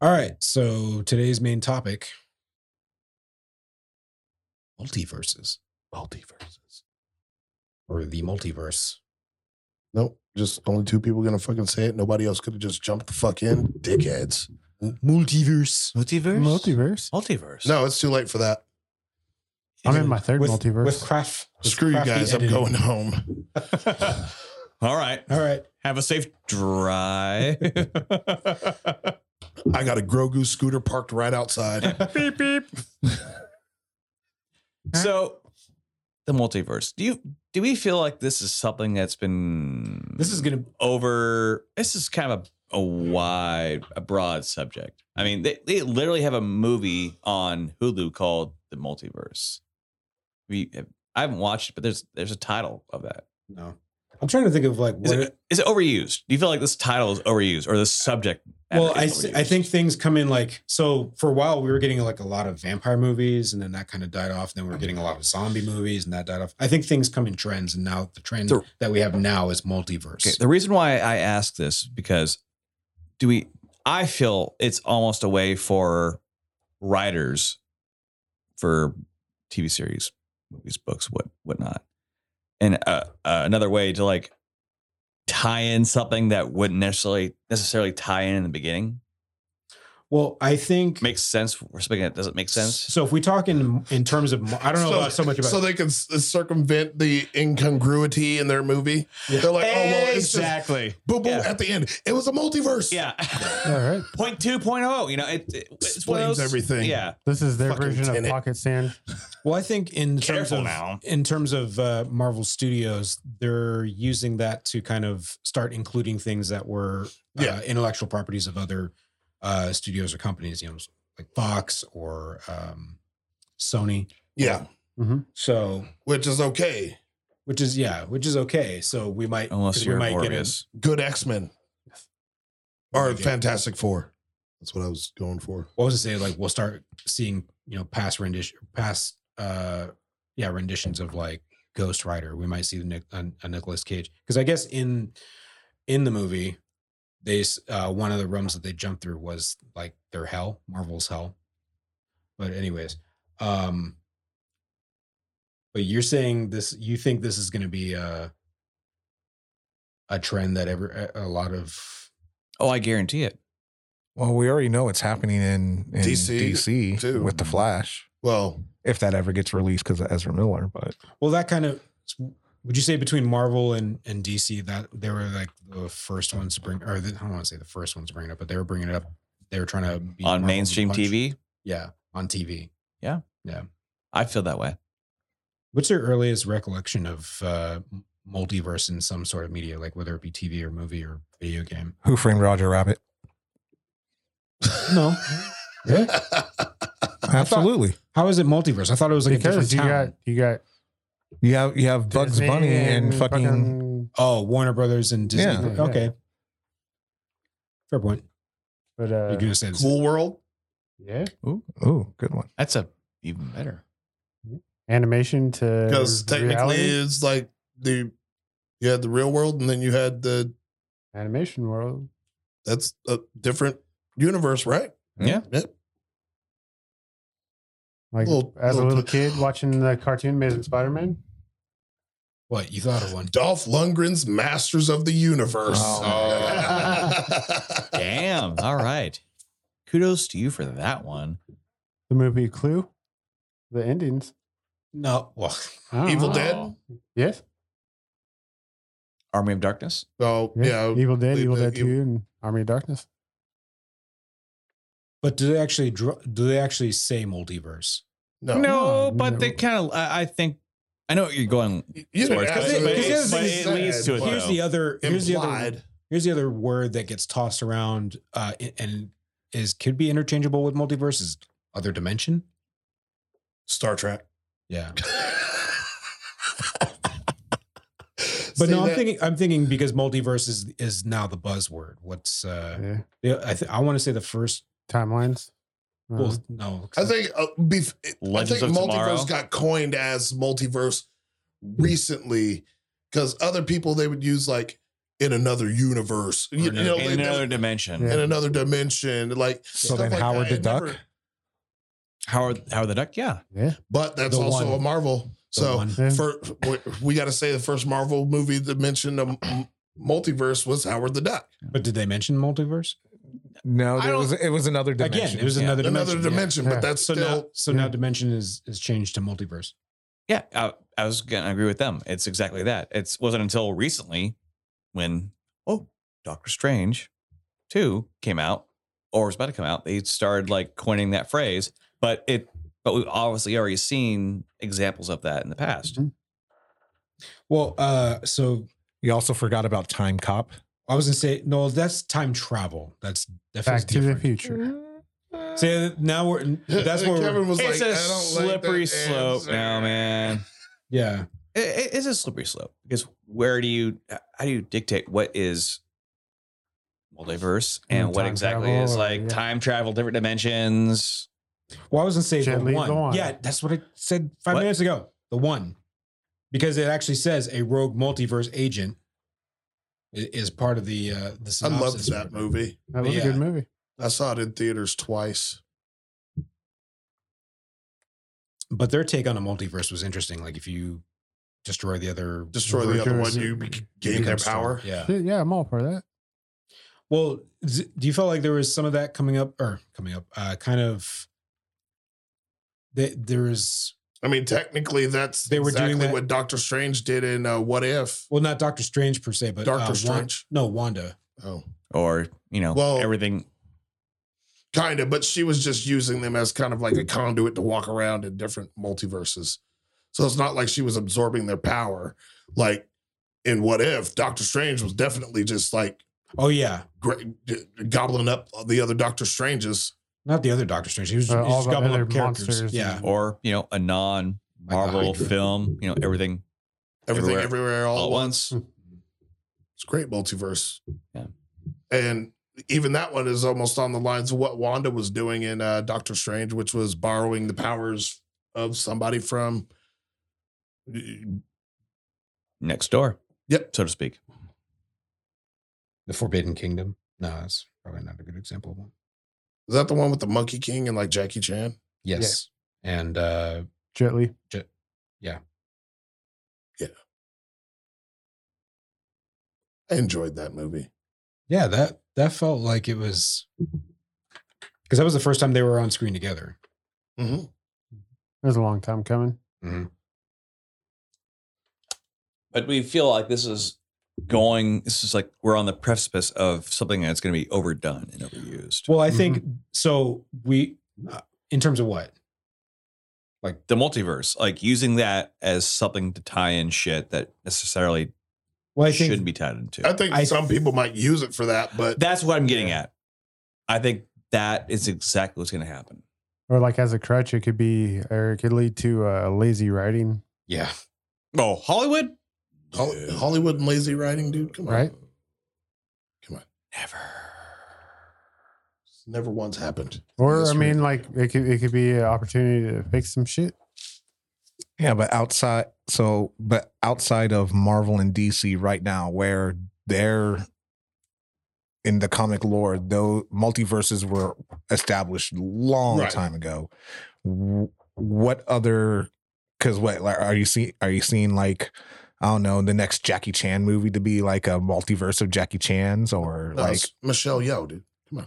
All right. So today's main topic multiverses Multiverses. or the multiverse. Nope. Just only two people gonna fucking say it. Nobody else could have just jumped the fuck in. Dickheads. Multiverse. Multiverse? Multiverse. Multiverse. No, it's too late for that. I'm in my third With, multiverse. With craft. with Screw you crafty guys. editing. I'm going home. All right. All right. Have a safe drive. I got a Grogu scooter parked right outside. beep beep. so the multiverse. Do you do we feel like this is something that's been This is going to. over this is kind of a, a wide a broad subject. I mean, they, they literally have a movie on Hulu called The Multiverse. We I haven't watched it, but there's there's a title of that. No. I'm trying to think of like Is what. it, is it overused? Do you feel like this title is overused or this subject? matter well, I, is s- I overused? think things come in like so. For a while, we were getting like a lot of vampire movies, and then that kind of died off. Then we were getting a lot of zombie movies, and that died off. I think things come in trends, and now the trend So- that we have now is multiverse. Okay, the reason why I ask this because do we? I feel it's almost a way for writers for TV series, movies, books, what whatnot, and uh, uh, another way to like tie in something that wouldn't necessarily necessarily tie in in the beginning well, I think makes sense for something that doesn't make sense. So if we talk in in terms of, I don't know So- about so much about. so they can s- circumvent the incongruity in their movie. Yeah. They're like, oh, well, it's just exactly. boo boo Yeah. at the end. It was a multiverse. Yeah. All right. point two point oh. You know, it, it it's one of Explains those- everything. Yeah, This is their Fucking version of Tenet. pocket sand. well, I think in terms Careful of now. in terms of uh, Marvel Studios, they're using that to kind of start including things that were Yeah. uh, intellectual properties of other uh, studios or companies, you know, like Fox or um, Sony. Yeah. So, Which is okay. which is yeah, which is okay. So we might unless we you're might get Morbius. Good X Men. Or Yeah. Fantastic Four. That's what I was going for. what was it say like we'll start seeing you know past rendition past uh yeah renditions of like ghost rider we might see the Nic- uh, a, a nicholas cage because i guess in in the movie they s- uh one of the rooms that they jumped through was like their hell marvel's hell but anyways um but you're saying this you think this is going to be a a trend that ever a- a lot of Oh, I guarantee it. Well, we already know it's happening in, in DC, DC, too. with the Flash, Well, if that ever gets released because of Ezra Miller. But Well, that kind of would you say between Marvel and, and DC that they were like the first ones to bring, or the, I don't want to say the first ones to bring it up, but they were bringing it up. They were trying to be on Marvel mainstream punch. TV. Yeah, on TV. I feel that way. What's your earliest recollection of uh, m- multiverse in some sort of media, like whether it be TV or movie or video game? who framed Roger Rabbit? No, Absolutely. how is it multiverse? I thought it was like a Because different you town. got you got You have you have Bugs Disney Bunny and, fucking, oh, Warner Brothers and Disney. Yeah. Yeah. okay, fair point. but You're uh, gonna say this. Cool World. yeah, ooh, ooh, good one. That's a even better. animation to Because technically reality, it's like the you had the real world and then you had the animation world. that's a different universe, right? Yeah. Like Little- as a little- little kid watching the cartoon Amazing Spider-Man. What you thought of one? Dolph Lundgren's Masters of the Universe. Oh, Oh, Damn. All right. Kudos to you for that one. The movie Clue, the endings. No, well, I don't Evil know. Dead? Yes. Army of Darkness. so yeah, Evil Dead, the- Evil the Dead Evil- 2, and Army of Darkness. but do they actually dr- do they actually say multiverse? no, No, no. kind of. I, I think I know what you're going. You didn't Sorry, ask because me it- what because he it said, leads to it, but though. Here's the other. Here's the other. implied. Here's the other word that gets tossed around, uh, i- and is could be interchangeable with multiverse is other dimension. Star Trek. Yeah, but but no, I'm thinking. I'm thinking because multiverse is is now the buzzword. What's uh, Yeah. the- I th- I want to say the first. Timelines. Uh, Well, no, Uh-huh. I think uh, bef- I Legends think of multiverse Tomorrow. got coined as multiverse recently because other people they would use like in another universe, you, you In know, in like, another dimension. Yeah. in another dimension. Like So stuff then like Howard that. the It Duck. never- Howard Howard the Duck. Yeah, Yeah. but that's The also one. a Marvel. The So one. Yeah. for we- we got to say the first Marvel movie that mentioned a m- multiverse was Howard the Duck. but did they mention multiverse No, I there don't- was, it was another dimension. again? It was Yeah. another dimension. Another yeah. dimension, Yeah. but that's So now, still so yeah. now dimension is is changed to multiverse. yeah. I, I was gonna agree with them. It's exactly that. It wasn't until recently when oh Doctor Strange two came out or was about to come out. They started like coining that phrase, but it but we've obviously already seen examples of that in the past. Well, uh, so You also forgot about Time Cop. I was gonna say no, that's time travel. That's that feels Back to the different. future. So now we're that's where Kevin we're, was It's like, a "I don't like slippery that slope answer." now, man. yeah. It, it- it's a slippery slope because where do you how do you dictate what is multiverse and, And what time exactly travel is or- like yeah. time travel, different dimensions? Well, I was gonna say the Gently one. go on. Yeah, that's what I said five What? minutes ago. The one, because it actually says a rogue multiverse agent i- is part of the uh, the. I Synopsis loved that movie. That was Yeah. a good movie. I saw it in theaters twice. but their take on a multiverse was interesting. Like if you destroy the other, Destroy the other one, Avengers. you be- gain their become strong. power. Yeah. Yeah, I'm all for that. Well, z- do you feel like there was some of that coming up or coming up? Uh, kind of. They, there is I mean, technically, that's They were doing exactly that- what Doctor Strange did in uh, What If. well, not Doctor Strange per se, but uh, Doctor Wan- Strange. no, Wanda. Oh, Or, you know, Well- everything kind of, but she was just using them as kind of like a conduit to walk around in different multiverses. So it's not like she was absorbing their power. Like in What If, Doctor Strange was definitely just like Oh yeah, gra- d- gobbling up the other Doctor Stranges. not the other Doctor Strange. He was, Uh, he was all just the gobbling other up characters. monsters yeah, and- or, you know, a non Like the Marvel Hydra. film, you know, everything Everything, Everywhere. everywhere, all, all at at once. once. It's a great multiverse. Yeah. And even that one is almost on the lines of what Wanda was doing in uh, Doctor Strange, which was borrowing the powers of somebody from. Next door. Yep. So to speak. the Forbidden Kingdom. No, that's probably not a good example of one. Is that the one with the Monkey King and like Jackie Chan? Yes, and uh, Jet Li. I enjoyed that movie. yeah, that that felt like it was because that was the first time they were on screen together. Mm-hmm. It was a long time coming. But we feel like this is going this is like we're on the precipice of something that's gonna be overdone and overused. Well, I think Mm-hmm. so. We, uh, in terms of what? the multiverse, like using that as something to tie in shit that necessarily Well, I shouldn't think be tied into. I think I- some people might use it for that, but That's what I'm getting at. I think that is exactly what's going to happen. Or like as a crutch, it could be, or it could lead to uh, lazy writing, yeah. Oh, Hollywood? Hol- Hollywood and lazy writing, dude. Come on, right? Never. never once happened. Or That's I mean, like it could it could be an opportunity to fix some shit. Yeah, but outside, so but outside of Marvel and DC right now, where they're in the comic lore, though multiverses were established long Right. time ago. w- What other? Because what like, are you seeing? Are you seeing like? I don't know the next Jackie Chan movie to be like a multiverse of Jackie Chan's or No, like it's Michelle Yeoh, dude. Come on.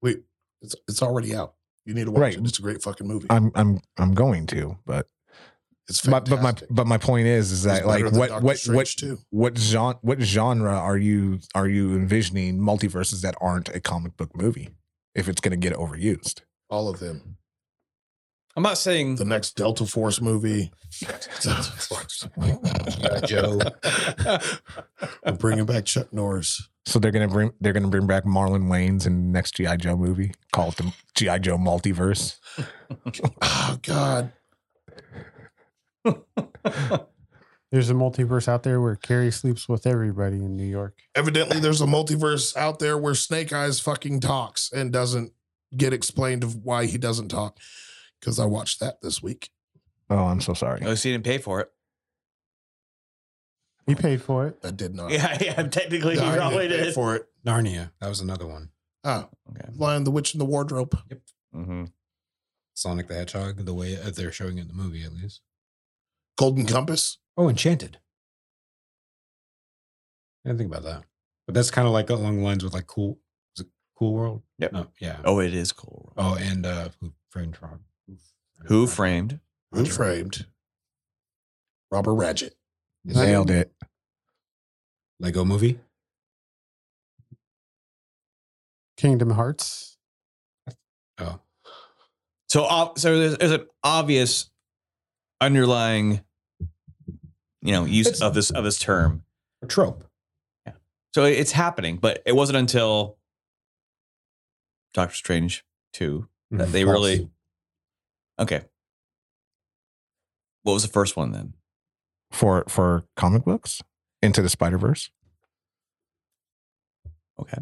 Wait, it's it's already out. You need to watch Right. it. It's a great fucking movie. I'm I'm I'm going to but It's but, fantastic. but my but my point is is that It's like better than what Doctor what Strange what too. what genre what genre are you are you envisioning multiverses that aren't a comic book movie if it's going to get overused all of them. I'm not saying The next Delta Force movie. Joe. We're bringing back Chuck Norris. so they're going to bring they're going to bring back Marlon Wayne's in the next GI Joe movie called the GI Joe multiverse Oh God, There's a multiverse out there where Carrie sleeps with everybody in New York. evidently there's a multiverse out there where Snake Eyes fucking talks and doesn't get explained of why he doesn't talk. Because I watched that this week. oh I'm so sorry oh, so you didn't pay for it. He paid for it. I did not. Yeah, yeah. Technically, No, he I probably pay did. for it. Narnia. That was another one. Oh, Okay. Lion, the Witch, and the Wardrobe. Mm-hmm. Sonic the Hedgehog, the way that they're showing it in the movie, at least. Golden Compass. Oh, Enchanted. I didn't think about that. But that's kind of like along the lines with like Cool, is it Cool World? Yep. No, yeah. Oh, it is cool. Oh, and uh, Who Framed Rob? Who framed? Who framed? Robert Ratchet. Is that Nailed it. Lego Movie? Kingdom Hearts. Oh, So, ob- so there's, there's an obvious underlying, you know, use It's- of this of this term. a trope. So it's happening, but it wasn't until Doctor Strange two Mm-hmm. that they really. Okay. What was the first one then? For for comic books? Into the Spider Verse? Okay.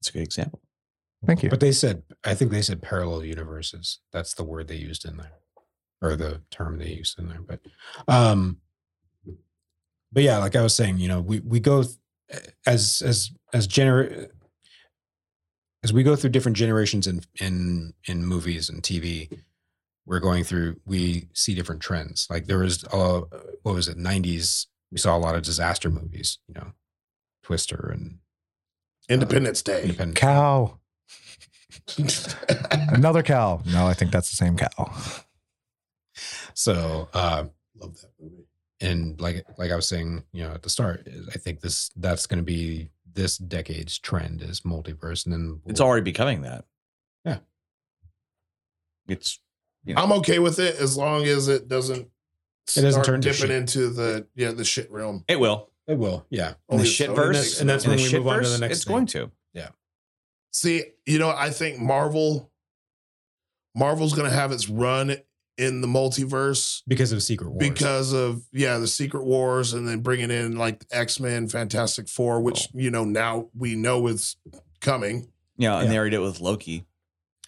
That's a good example. Thank you. But they said, I think they said parallel universes. That's the word they used in there, or the term they used in there. But, um, but yeah, like I was saying, you know, we we go th- as as as gener as we go through different generations in in in movies and TV. We're going through. We see different trends. Like there was, uh, what was it? Nineties. We saw a lot of disaster movies. You know, Twister and Independence Day. Independence. cow. Another cow. No, I think that's the same cow. So, uh, Love that movie. and like like I was saying, you know, at the start, I think this that's going to be this decade's trend is multiverse, and then It's already becoming that. Yeah. It's I'm okay with it as long as it doesn't. It doesn't start turn to dipping shit. into the yeah the shit realm. it will. it will, yeah. Only the if shit Sony verse. makes and that's it. when we move on to the next It's thing. going to. see. You know, I think Marvel, Marvel's gonna have its run in the multiverse because of Secret Wars. because of yeah the Secret Wars and then bringing in like X Men, Fantastic Four, which you know now we know is coming. Yeah. And Yeah. they already did it with Loki.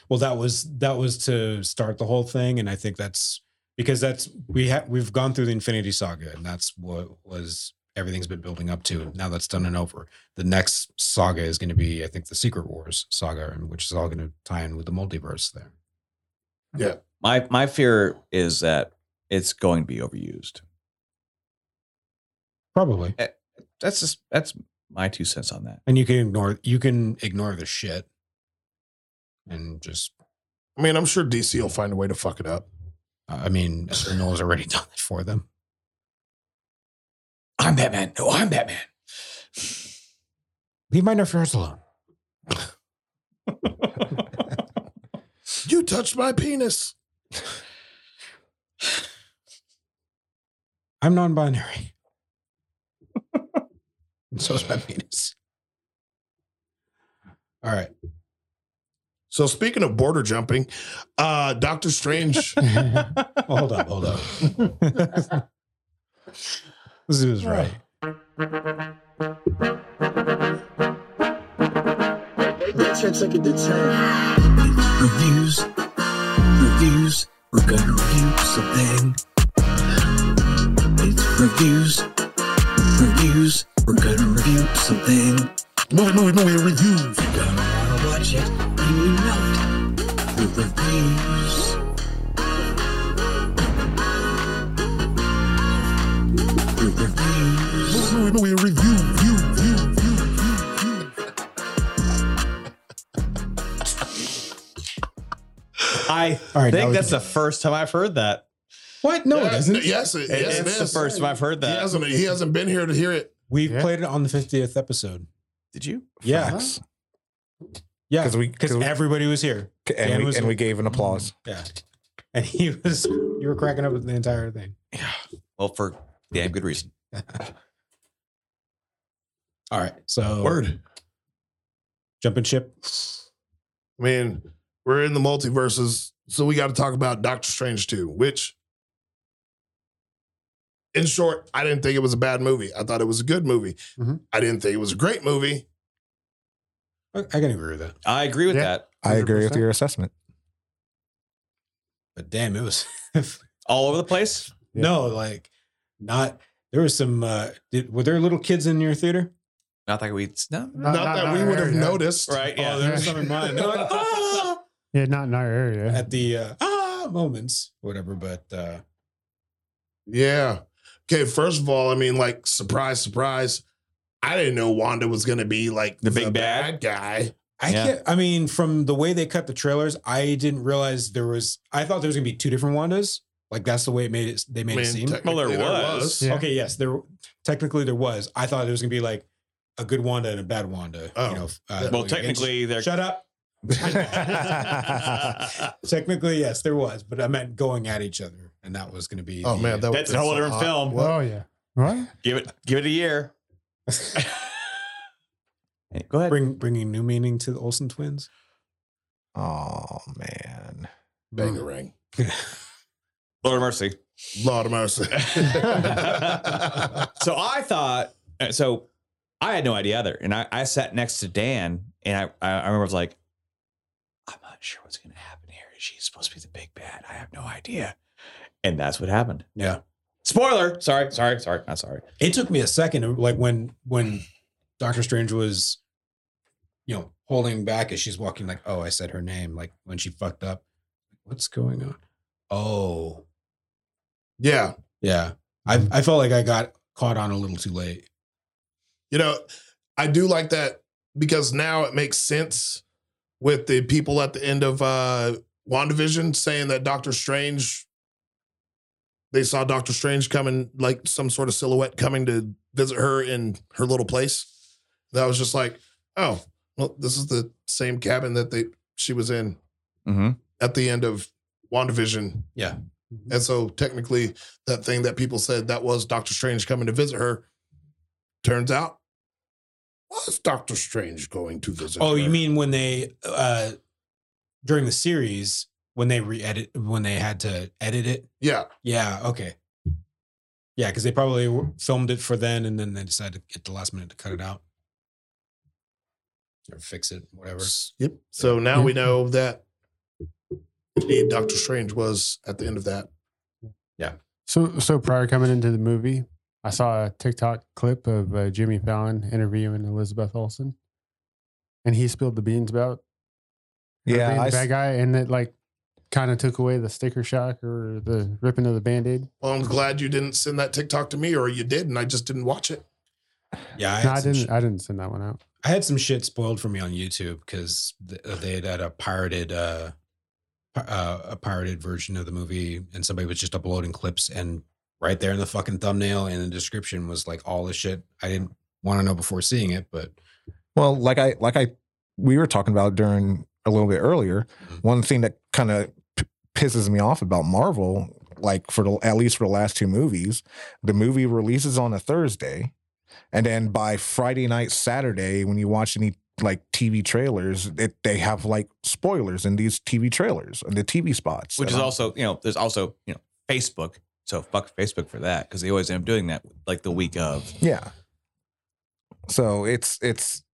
well, that was that was to start the whole thing, and I think that's because that's we have we've gone through the Infinity Saga, and that's what was everything's been building up to. Now that's done and over. The next saga is going to be, I think, the Secret Wars saga, and which is all going to tie in with the multiverse there. My my fear is that it's going to be overused. Probably. That's just that's my two cents on that. and you can ignore you can ignore the shit and just I mean, I'm sure DC will find a way to fuck it up. i mean Ezra Miller's already done it for them I'm Batman. No, I'm Batman. leave my nerfers alone You touched my penis. i'm non-binary and so is my penis all right So speaking of border jumping, uh Doctor Strange. Well, hold up hold up let's do this right That sounds like a good sign. Reviews. Reviews. We're gonna review something. It's reviews. Reviews. We're gonna review something. Movie, movie, movie reviews. You're gonna wanna watch it and you know it. The reviews. The reviews. Movie, movie, movie review. View, view, view, view, view. I all right now think we that's can- the first time I've heard that. what no it Yeah, isn't Yes, it, It- yes, it it's is. the first time I've heard he that. hasn't, he hasn't been here to hear it. we've Yeah. played it on the 50th episode Did you? yeah Facts. yeah 'Cause we- because 'cause we- everybody was here And, Dan we, was- and we gave an applause. Yeah. And he was, you were cracking up with the entire thing. Well, for damn good reason. All right. So, jumping ship. I mean, we're in the multiverses, so we got to talk about Doctor Strange 2, which, in short, I didn't think it was a bad movie. I thought it was a good movie. Mhm. I didn't think it was a great movie. I, I can agree with that. I agree with Yeah. that. I agree with 100%. your assessment. But damn, it was All over the place. Yeah. no, like Not there was some. Uh, did, were there little kids in your theater? Not that we. No. Not- Not, not that in we our would have area. noticed. Right. Yeah. Oh, there was some in mine. They're like, "Ah!" Yeah, not in our area. at the uh, ah moments, whatever. But uh, Yeah. Okay. First of all, I mean, like, surprise, surprise. I didn't know Wanda was going to be like The big bad? guy. I Yeah. can't. I mean, from the way they cut the trailers, I didn't realize there was. I thought there was gonna be two different Wandas. Like that's the way it made it. They made I it mean, seem. technically Well, there was. Yeah. Okay, yes, there technically there was. I thought it was gonna be like a good Wanda and a bad Wanda. Oh. you know, f- uh, Well, against- technically, they're. shut up. Technically, yes, there was, but I meant going at each other, and that was gonna be. Oh, the- man. That, That's a whole different hot. film. Well, oh yeah. What? give it. Give it a year. Hey, go ahead. bring bringing new meaning to the Olsen twins. Oh man. Bangarang. Lord of Mercy. Lord of mercy. so I thought uh, so I had no idea either. And I, I sat next to Dan and I, I I remember I was like, I'm not sure what's gonna happen here. Is she supposed to be the big bad? I have no idea. And that's what happened. Yeah. Spoiler. Sorry, sorry, sorry, not sorry. It took me a second, like when when Doctor Strange was, you know, holding back as she's walking, like, oh, I said her name, like when she fucked up. What's going on? Oh, yeah. yeah. I Mm-hmm. I felt like I got caught on a little too late. You know, I do like that because now it makes sense with the people at the end of uh WandaVision saying that Doctor Strange they saw Doctor Strange coming like some sort of silhouette coming to visit her in her little place. That was just like, oh, well, this is the same cabin that they she was in Mm-hmm. at the end of WandaVision. Yeah. And so technically that thing that people said that was Doctor Strange coming to visit her turns out was Doctor Strange going to visit Oh, her. you mean when they uh during the series when they re-edit when they had to edit it? Yeah. Yeah, okay. Yeah, because they probably w- filmed it for then, and then they decided at the last minute to cut it out or fix it, whatever. Yep. So now we know that indeed Doctor Strange was at the end of that. So so prior coming into the movie, I saw a TikTok clip of uh, Jimmy Fallon interviewing Elizabeth Olsen, and he spilled the beans about her Yeah, being I the s- bad guy, and it like kind of took away the sticker shock or the ripping of the band aid. Well, I'm glad you didn't send that TikTok to me, or you did, and I just didn't watch it. Yeah, I, had No, I some didn't. sh- I didn't send that one out. I had some shit spoiled for me on YouTube because they had had a pirated, uh, pi- uh, a pirated version of the movie, and somebody was just uploading clips, and right there in the fucking thumbnail and the description was like all the shit I didn't want to know before seeing it, but Well, like I like I we were talking about during a little bit earlier. Mm-hmm. Mhm. One thing that kind of p- pisses me off about Marvel, like for the, at least for the last two movies, the movie releases on a Thursday, and then by Friday night, Saturday, when you watch any like TV trailers, it, they have like spoilers in these TV trailers and the TV spots, Which is And I'm- also, you know, there's also, you know, Facebook. So fuck Facebook for that, because they always end up doing that like the week of. Yeah. So it's it's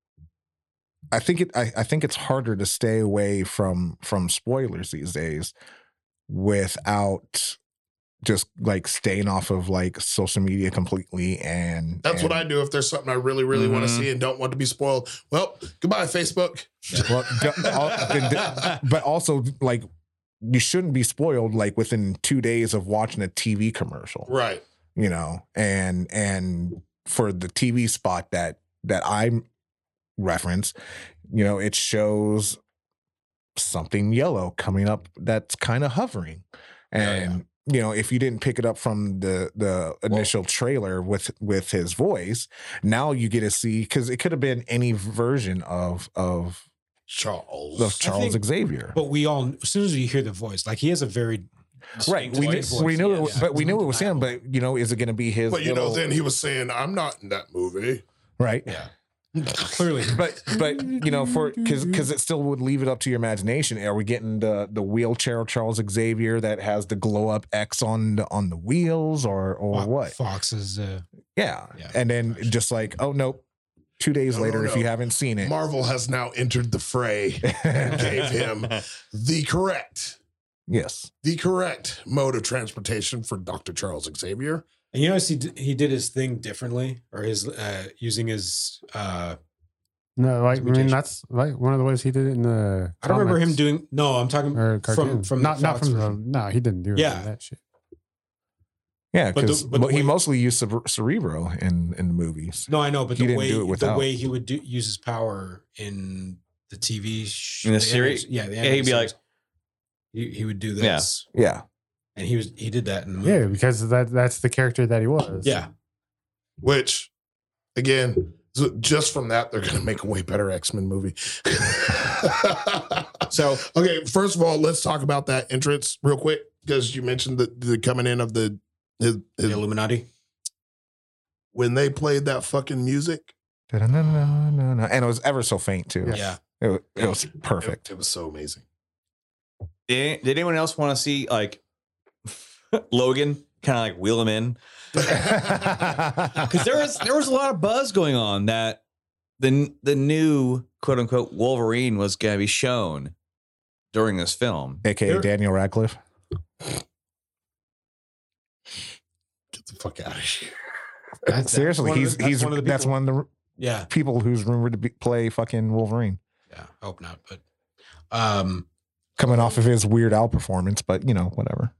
I think it I, I think it's harder to stay away from from spoilers these days without just like staying off of like social media completely and That's what I and- do if there's something I really, really want to Mhm. see and don't want to be spoiled. Well, goodbye, Facebook. well, d- all- the- the- but also like you shouldn't be spoiled like within two days of watching a TV commercial. Right. you know and and for the tv spot that that i reference you know it shows something yellow coming up that's kind of hovering and you know if you didn't pick it up from the the initial trailer with with his voice now you get to see because it could have been any version of of Charles. the charles think- xavier but we all as soon as you hear the voice, like he has a very right distinct we, voice. knew, we knew it, Yeah, was- yeah. but we It's knew it was him undeniable. but you know is it going to be his But you know, little- then he was saying, "I'm not in that movie." right clearly but but you know for because because it still would leave it up to your imagination are we getting the the wheelchair charles xavier that has the glow up x on the on the wheels or or Fo- what Fox is uh, yeah. Yeah. and then just like oh nope two days No, no, later if no. you haven't seen it Marvel has now entered the fray and gave him the correct, yes the correct mode of transportation for Doctor Charles Xavier. And you notice he d- he did his thing differently, or his uh, using his. Uh, No, like I mean mutation. that's like one of the ways he did it in the. I don't remember him comics doing. No, I'm talking from or cartoon. from the not not Fox from the, version. no he didn't do any Yeah. of that shit. Yeah, But the- because but the he way- mostly used Cere- Cerebro in in the movies. No, I know, but He the didn't way do it the without. way he would do, use his power in the TV sh- In the animated- series? yeah, the he'd animated be like- series. he, he would do Yeah. this, Yeah, and he was he did that in the movie. Yeah, because that that's the character that he was. Yeah. Which, again, so just from that, they're going to make a way better X Men movie. so, okay, first of all, let's talk about that entrance real quick because you mentioned the, the coming in of the his, the his- Illuminati. when they played that fucking music. Da-da-na-na-na-na. and it was ever so faint too. Yeah. Yeah, It, wa- it was perfect. It, it was so amazing. Did, did anyone else want to see like Logan kind of like wheel him in? Because there was there was a lot of buzz going on that the the new quote unquote Wolverine was gonna be shown during this film. AKA There- Daniel Radcliffe. Get the fuck out of here. That's- Seriously, one of the- he's he's one of the that's people. one of the r- Yeah, people who's rumored to be, play fucking Wolverine, yeah. I hope not, but um, coming off of his Weird Al performance. But you know, whatever.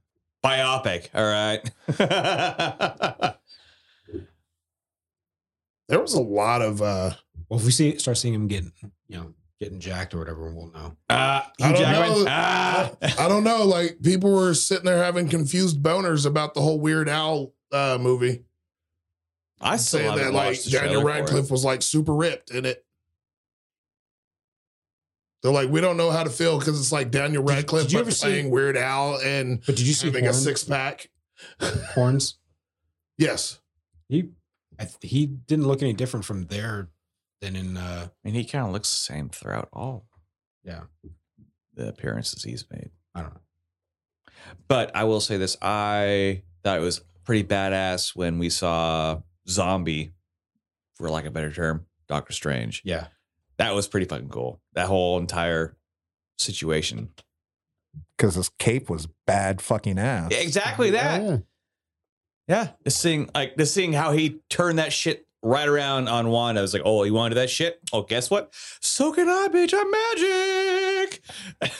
Biopic, all Uh, right. There was a lot of uh well, if we see start seeing him getting you know getting jacked or whatever, we'll know. Uh, I don't know. Ah. I don't know, like people were sitting there having confused boners about the whole Weird Al uh movie. I still saying haven't that like watched the Daniel trailer for it. Radcliffe was like super ripped in it. They're like, we don't know how to feel because it's like Daniel Did- Radcliffe did you but ever see- playing Weird Al and But did you see having a Horns? six pack. Horns? Yes, He I, th- he didn't look any different from there than in uh I mean, he kind of looks the same throughout all. Yeah. The appearances he's made. I don't know. But I will say this I thought it was pretty badass when we saw Zombie, for lack of a better term, Doctor Strange. Yeah, That was pretty fucking cool. That whole entire situation. Because his cape was bad fucking ass. Exactly that. Yeah. Yeah. Just seeing like just seeing how he turned that shit right around on Wanda. I was like, oh, you want to do that shit? Oh, guess what? So can I, bitch. I'm magic.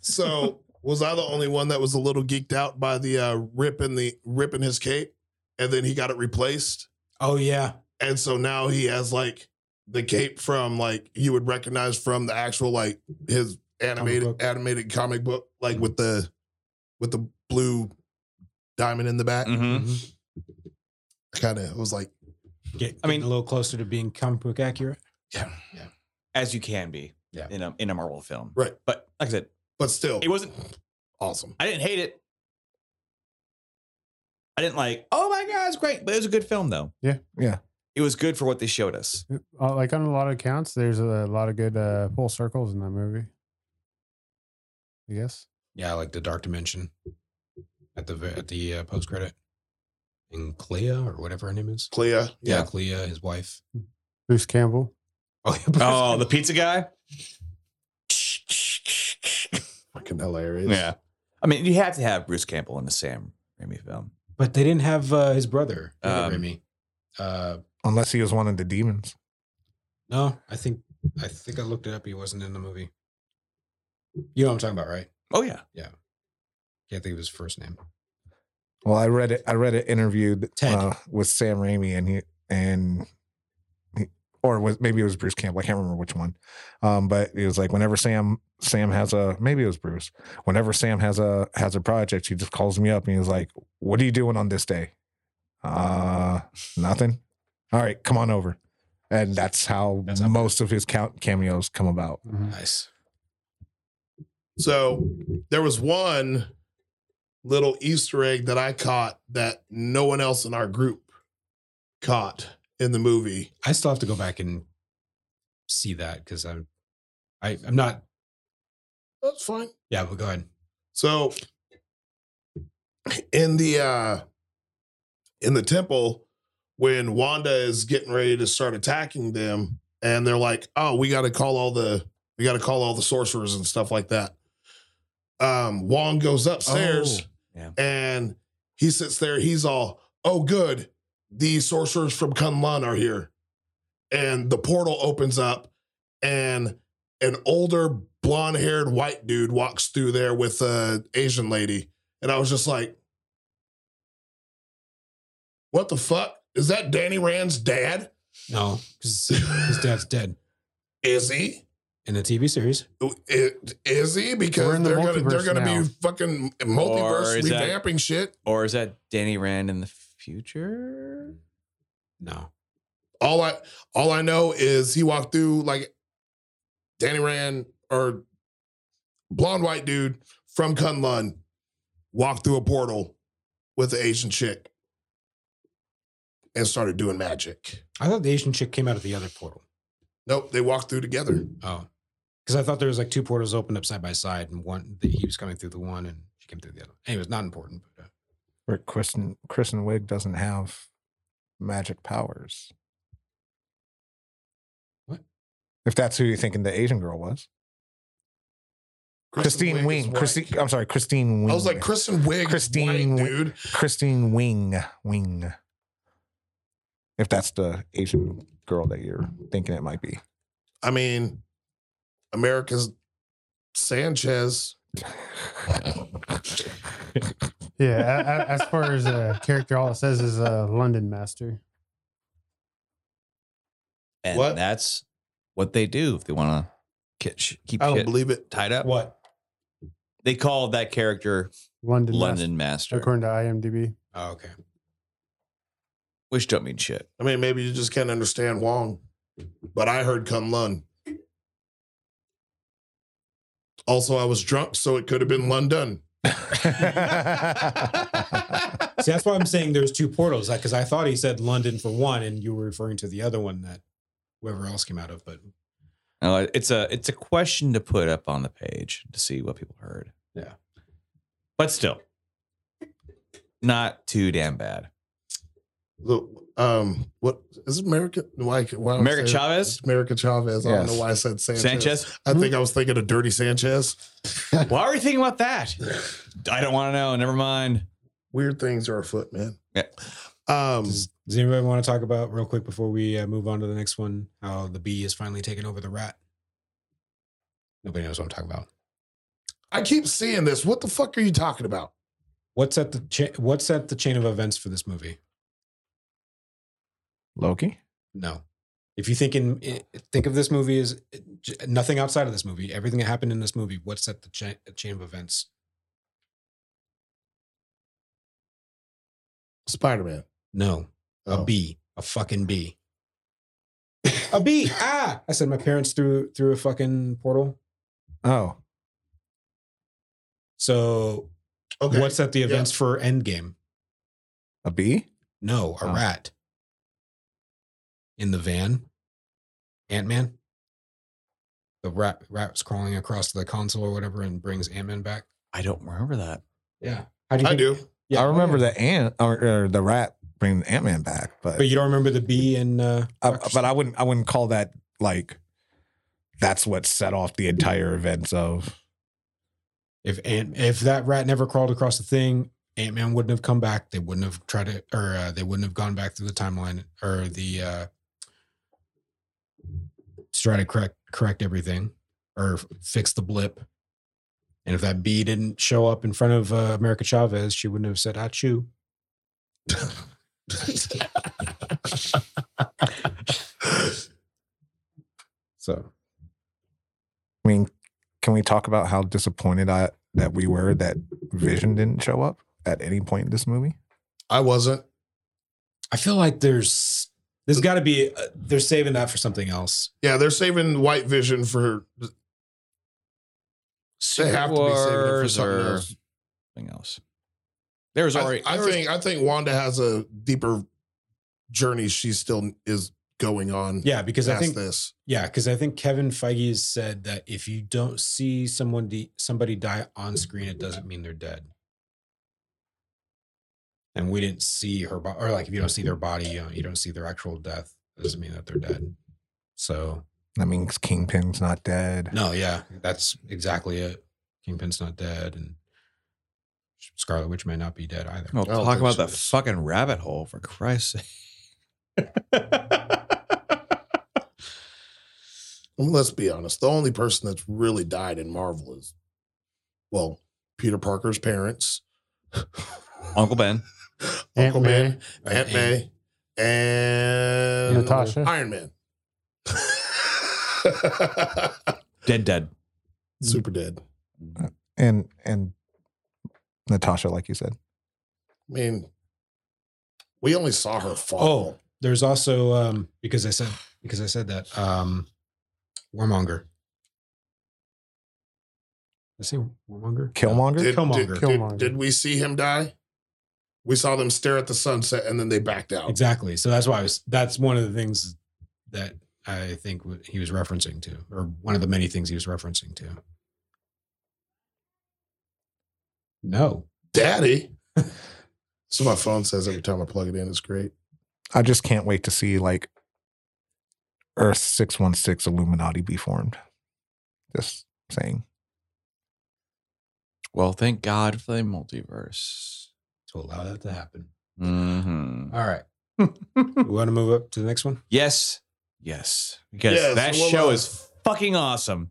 So was I the only one that was a little geeked out by the uh, rip in the rip in his cape, and then he got it replaced, oh yeah, and so now he has like the cape from like you would recognize from the actual like his animated book. Mm-hmm. animated comic book, like with the with the blue diamond in the back. Mm-hmm. Mhm. Kind of was like, Get, I I mean- mean, a little closer to being comic book accurate. As you can be Yeah. in a in a Marvel film. Right. But like I said, but still, it wasn't awesome. I didn't hate it. I didn't like, oh my god, it's great. But it was a good film though. Yeah. Yeah. It was good for what they showed us. Uh, like on a lot of accounts, there's a lot of good uh, full circles in that movie. I guess. Yeah, like the dark dimension at the ve- at the uh, post credit. And Clea or whatever her name is. Clea, yeah, Yeah, Clea, his wife. Bruce Campbell. Oh, yeah, Oh, the pizza guy? fucking hilarious. Yeah. I mean, you have to have Bruce Campbell in the Sam Raimi film. but they didn't have uh, his brother, the other Um, Remy. Uh, Unless he was one of the demons. no, I think I think I looked it up. He wasn't in the movie. You know what I'm talking about, right? Oh yeah. Can't think of his first name. Well, I read it. I read an interview Ted. uh, with Sam Raimi, and he and he, or was maybe it was Bruce Campbell. I can't remember which one. Um, but it was like whenever Sam Sam has a maybe it was Bruce. Whenever Sam has a has a project, he just calls me up and he's like, "What are you doing on this day?" Uh, nothing. All right, come on over. And that's how That's how- most of his count cameos come about. Nice. So there was one little Easter egg that I caught that no one else in our group caught in the movie. I still have to go back and see that because I'm, I, I'm not. That's fine. Yeah, but go ahead. So in the uh in the temple when Wanda is getting ready to start attacking them and they're like, "Oh, we got to call all the we got to call all the sorcerers and stuff like that." Um Wong goes upstairs Oh, yeah. and he sits there, he's all, oh, good, the sorcerers from Kunlun are here. And the portal opens up, and an older blonde haired white dude walks through there with a Asian lady. And I was just like, what the fuck? Is that Danny Rand's dad? No, because his dad's dead Is he? in the TV series. It- Is he? We're Because in the they're gonna they're multiverse gonna now. be fucking Or multiverse is that- revamping shit. Or is that Danny Rand in the future? No, All I all I know is he walked through like Danny Rand or blonde white dude from Kunlun walked through a portal with the Asian chick and started doing magic. I thought the Asian chick came out of the other portal. Nope, they walked through together. Oh, because I thought there was like two portals opened up side by side, and one that he was coming through the one, and she came through the other. Anyways, not important. But, uh, Where Kristen Kristen Wiig doesn't have magic powers. What? If that's who you're thinking the Asian girl was, Christine, Wiig is Wing. white. Christine, I'm sorry, Christine Wing. I was like Kristen Wig, Christine Christine Wiig. white, dude. Christine Wing, Wing. If that's the Asian girl that you're thinking it might be, I mean, America's Sanchez. Yeah. a- a- as far as uh, character, all it says is uh, London Master. And What? that's what they do if they want to keep I don't shit believe it. tied up. what? They call that character London. London Master, Master, according to IMDb. Oh, okay. which don't mean shit. I mean, maybe you just can't understand Wong, but I heard Kunlun. Also, I was drunk, so it could have been London. See, that's why I'm saying there's two portals. Because I thought he said London for one, and you were referring to the other one that whoever else came out of. But No, it's a it's a question to put up on the page to see what people heard. Yeah. but still, not too damn bad. The, um, what is America? Why? why did I America say- Chavez? America Chavez. I Yes. don't know why I said Sanchez. Sanchez. I think I was thinking of Dirty Sanchez. Why are we thinking about that? I don't want to know. Never mind. Weird things are afoot, man. Yeah. Um, does, does anybody want to talk about real quick before we uh, move on to the next one? How the bee is finally taking over the rat. Nobody knows what I'm talking about. I keep seeing this. What the fuck are you talking about? What's at the cha- what's at the chain of events for this movie? Loki. No. If you think in i- think of this movie as uh, j- nothing outside of this movie, everything that happened in this movie, what's at the cha- chain of events? Spider Man. No, a bee, a fucking bee, a bee. Ah, I said my parents threw through a fucking portal. Oh, So Okay. what's at the events for Endgame? a bee. No, a Oh. rat in the van. Ant Man. The rat rat was crawling across the console or whatever and brings Ant Man back. I don't remember that. Yeah, how do I think- do. Yeah. I Oh, remember the ant or, or the rat bringing Ant Man back, but But you don't remember the bee and uh, I, Doctor but I wouldn't I wouldn't call that like that's what set off the entire events of If Ant, if that rat never crawled across the thing, Ant Man wouldn't have come back. They wouldn't have tried to, or uh, they wouldn't have gone back through the timeline or the uh, to try to correct correct everything or f- fix the blip. And if that bee didn't show up in front of uh, America Chavez, she wouldn't have said "Achoo." So I mean, can we talk about how disappointed I that we were that Vision didn't show up at any point in this movie? I wasn't. I feel like there's there's got to be uh, they're saving that for something else. Yeah, they're saving White Vision for. They have to be saving it for Wars something or else. something else. There's I, already. I there was- think I think Wanda has a deeper journey. She still is going on. Yeah, because I past think this. Yeah, because I think Kevin Feige has said that if you don't see someone de- somebody die on screen, it doesn't mean they're dead. And we didn't see her body, or like if you don't see their body, you, don't- you don't see their actual death. It doesn't mean that they're dead. So That means Kingpin's not dead. no, yeah, that's exactly it. Kingpin's not dead, and Scarlet Witch may not be dead either. Well, don't talk think about so. the fucking rabbit hole for Christ's sake. I mean, let's be honest. The only person that's really died in Marvel is, well, Peter Parker's parents, Uncle Ben. Aunt Uncle May, Ben, Aunt May, and Natasha. Iron Man. Dead, dead. Super dead. and and Natasha, like you said, I mean, we only saw her fall. Oh, there's also um because I said because I said that um Warmonger. Did I say Warmonger? Killmonger. did, did, Killmonger. did- Killmonger. did we see him die? We saw them stare at the sunset and then they backed out. Exactly. So that's why I was. That's one of the things that I think w- he was referencing to, or one of the many things he was referencing to. No, Daddy. So my phone says every time I plug it in, it's great. I just can't wait to see like Earth six one six Illuminati be formed. Just saying. Well, thank God for the multiverse. to allow that to happen. Mm-hmm. All right. we want to move up to the next one. Yes. Yes. Because Yeah, so that we'll, show uh, is fucking awesome.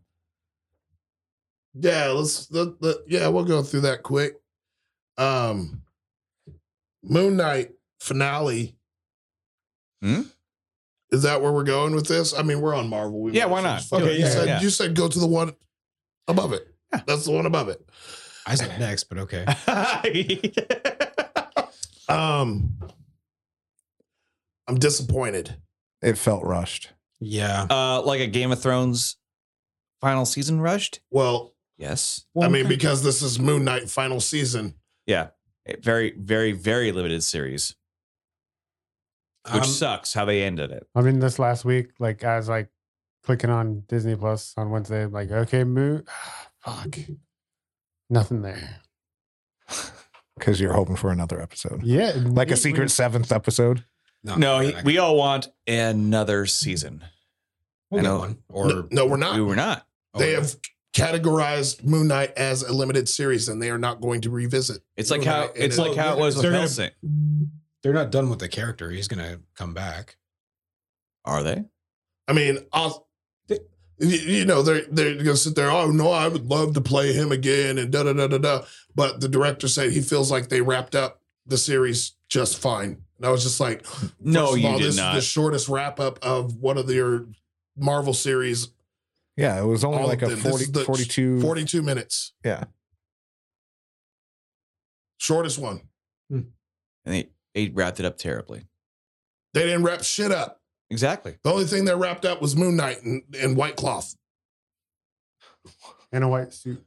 Yeah, let's let, let- yeah, we'll go through that quick. Um Moon Knight finale. Hmm? Is that where we're going with this? I mean, we're on Marvel. We Yeah, might why as well not? just fuck Do it. it, you yeah, said yeah. you said go to the one above it. That's the one above it. I said next, but okay. Uh, Um I'm disappointed. It felt rushed. Yeah. uh, like a Game of Thrones final season rushed. Well, Yes. I mean, because this is Moon Knight final season. A very, very, very limited series, which Um, sucks how they ended it. I mean, this last week, like I was like clicking on Disney Plus on Wednesday, like okay, move, fuck, nothing there. Because you're hoping for another episode. Yeah, Like a secret seventh episode. no, No, I- he, we all want another season. we'll get I know. one. Or No, no, we're not. We were not. oh, they have categorized Moon Knight as a limited series, and they are not going to revisit. It's like Moon how Knight in it's it. like how it was with They're gonna- Helsing. They're not done with the character. He's gonna come back. Are they? I mean, I'll, y- you know, they're they're gonna sit there. Oh no, I would love to play him again, and da da da da da. But the director said he feels like they wrapped up the series just fine. And I was just like, No, first of you all, did this not. is the shortest wrap up of one of their Marvel series, Yeah, it was only All like of a them. This 40, is the 42 forty two minutes. Yeah. shortest one. and they, they wrapped it up terribly. They didn't wrap shit up. Exactly. The only thing that wrapped up was Moon Knight and, and White Cloth. in a white suit.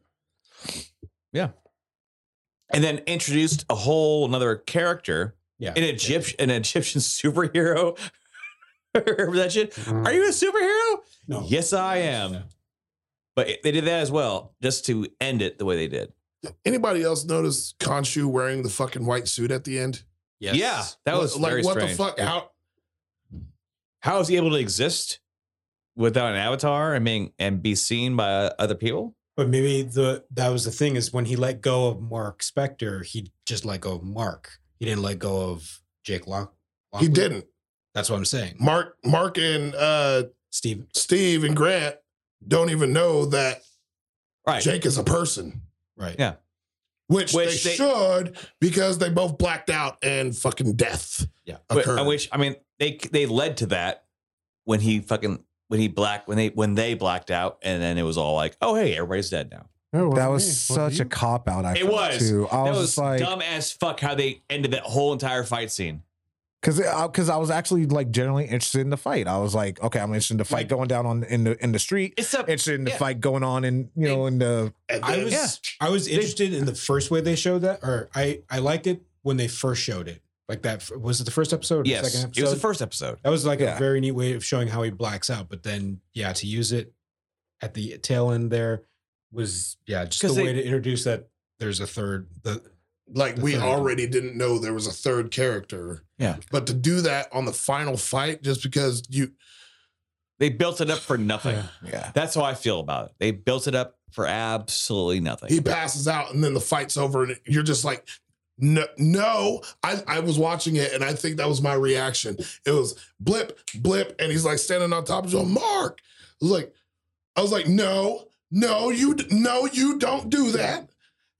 And then introduced a whole another character, Yeah. an Egyptian, an Egyptian superhero. Remember that shit? Are you a superhero? No. Yes, I am. But it- they did that as well, just to end it the way they did. Anybody else notice Khonshu wearing the fucking white suit at the end? Yes. Yeah, that was like very what strange. the fuck? How How is he able to exist without an avatar and being and be seen by uh, other people? But maybe the that was the thing is when he let go of Mark Spector, he just let go of Mark. He didn't let go of Jake Long. he didn't. That's what I'm saying. Mark, Mark, and uh, Steve. Steve and Grant don't even know that Right. Jake is a person, Right. Yeah. which, Which they, they- should because they both blacked out and fucking death. Yeah. Wh- occurred. Which I mean, they they led to that when he fucking when he black when they when they blacked out, and then it was all like, oh hey, everybody's dead now. No, Mm. Oh, it That wasn't was me. Wasn't such a you. cop out. I It felt, was. Too. I That was, was just like, dumb as fuck how they ended that whole entire fight scene. because because I, was actually like generally interested in the fight. I was like, okay, I'm interested in the fight Like- going down on in the in the street. It's a Interested in the Yeah. fight going on in you know in the And I then- was Yeah. I was interested in the first way they showed that, or I I liked it when they first showed it. Like that f- was it the first episode? Or yes. The second It episode? was the first episode. That was like Yeah. a very neat way of showing how he blacks out. But then, yeah, to use it at the tail end there was yeah, just the 'Cause they- way to introduce that there's a third. The like The we third. already didn't know there was a third character. Yeah. But to do that on the final fight, just because you They built it up for nothing. Yeah. Yeah. That's how I feel about it. They built it up for absolutely nothing. he passes out and then the fight's over and you're just like no no I, I was watching it and i think that was my reaction it was blip blip and he's like standing on top of Joe mark I was like i was like no no you d- no you don't do that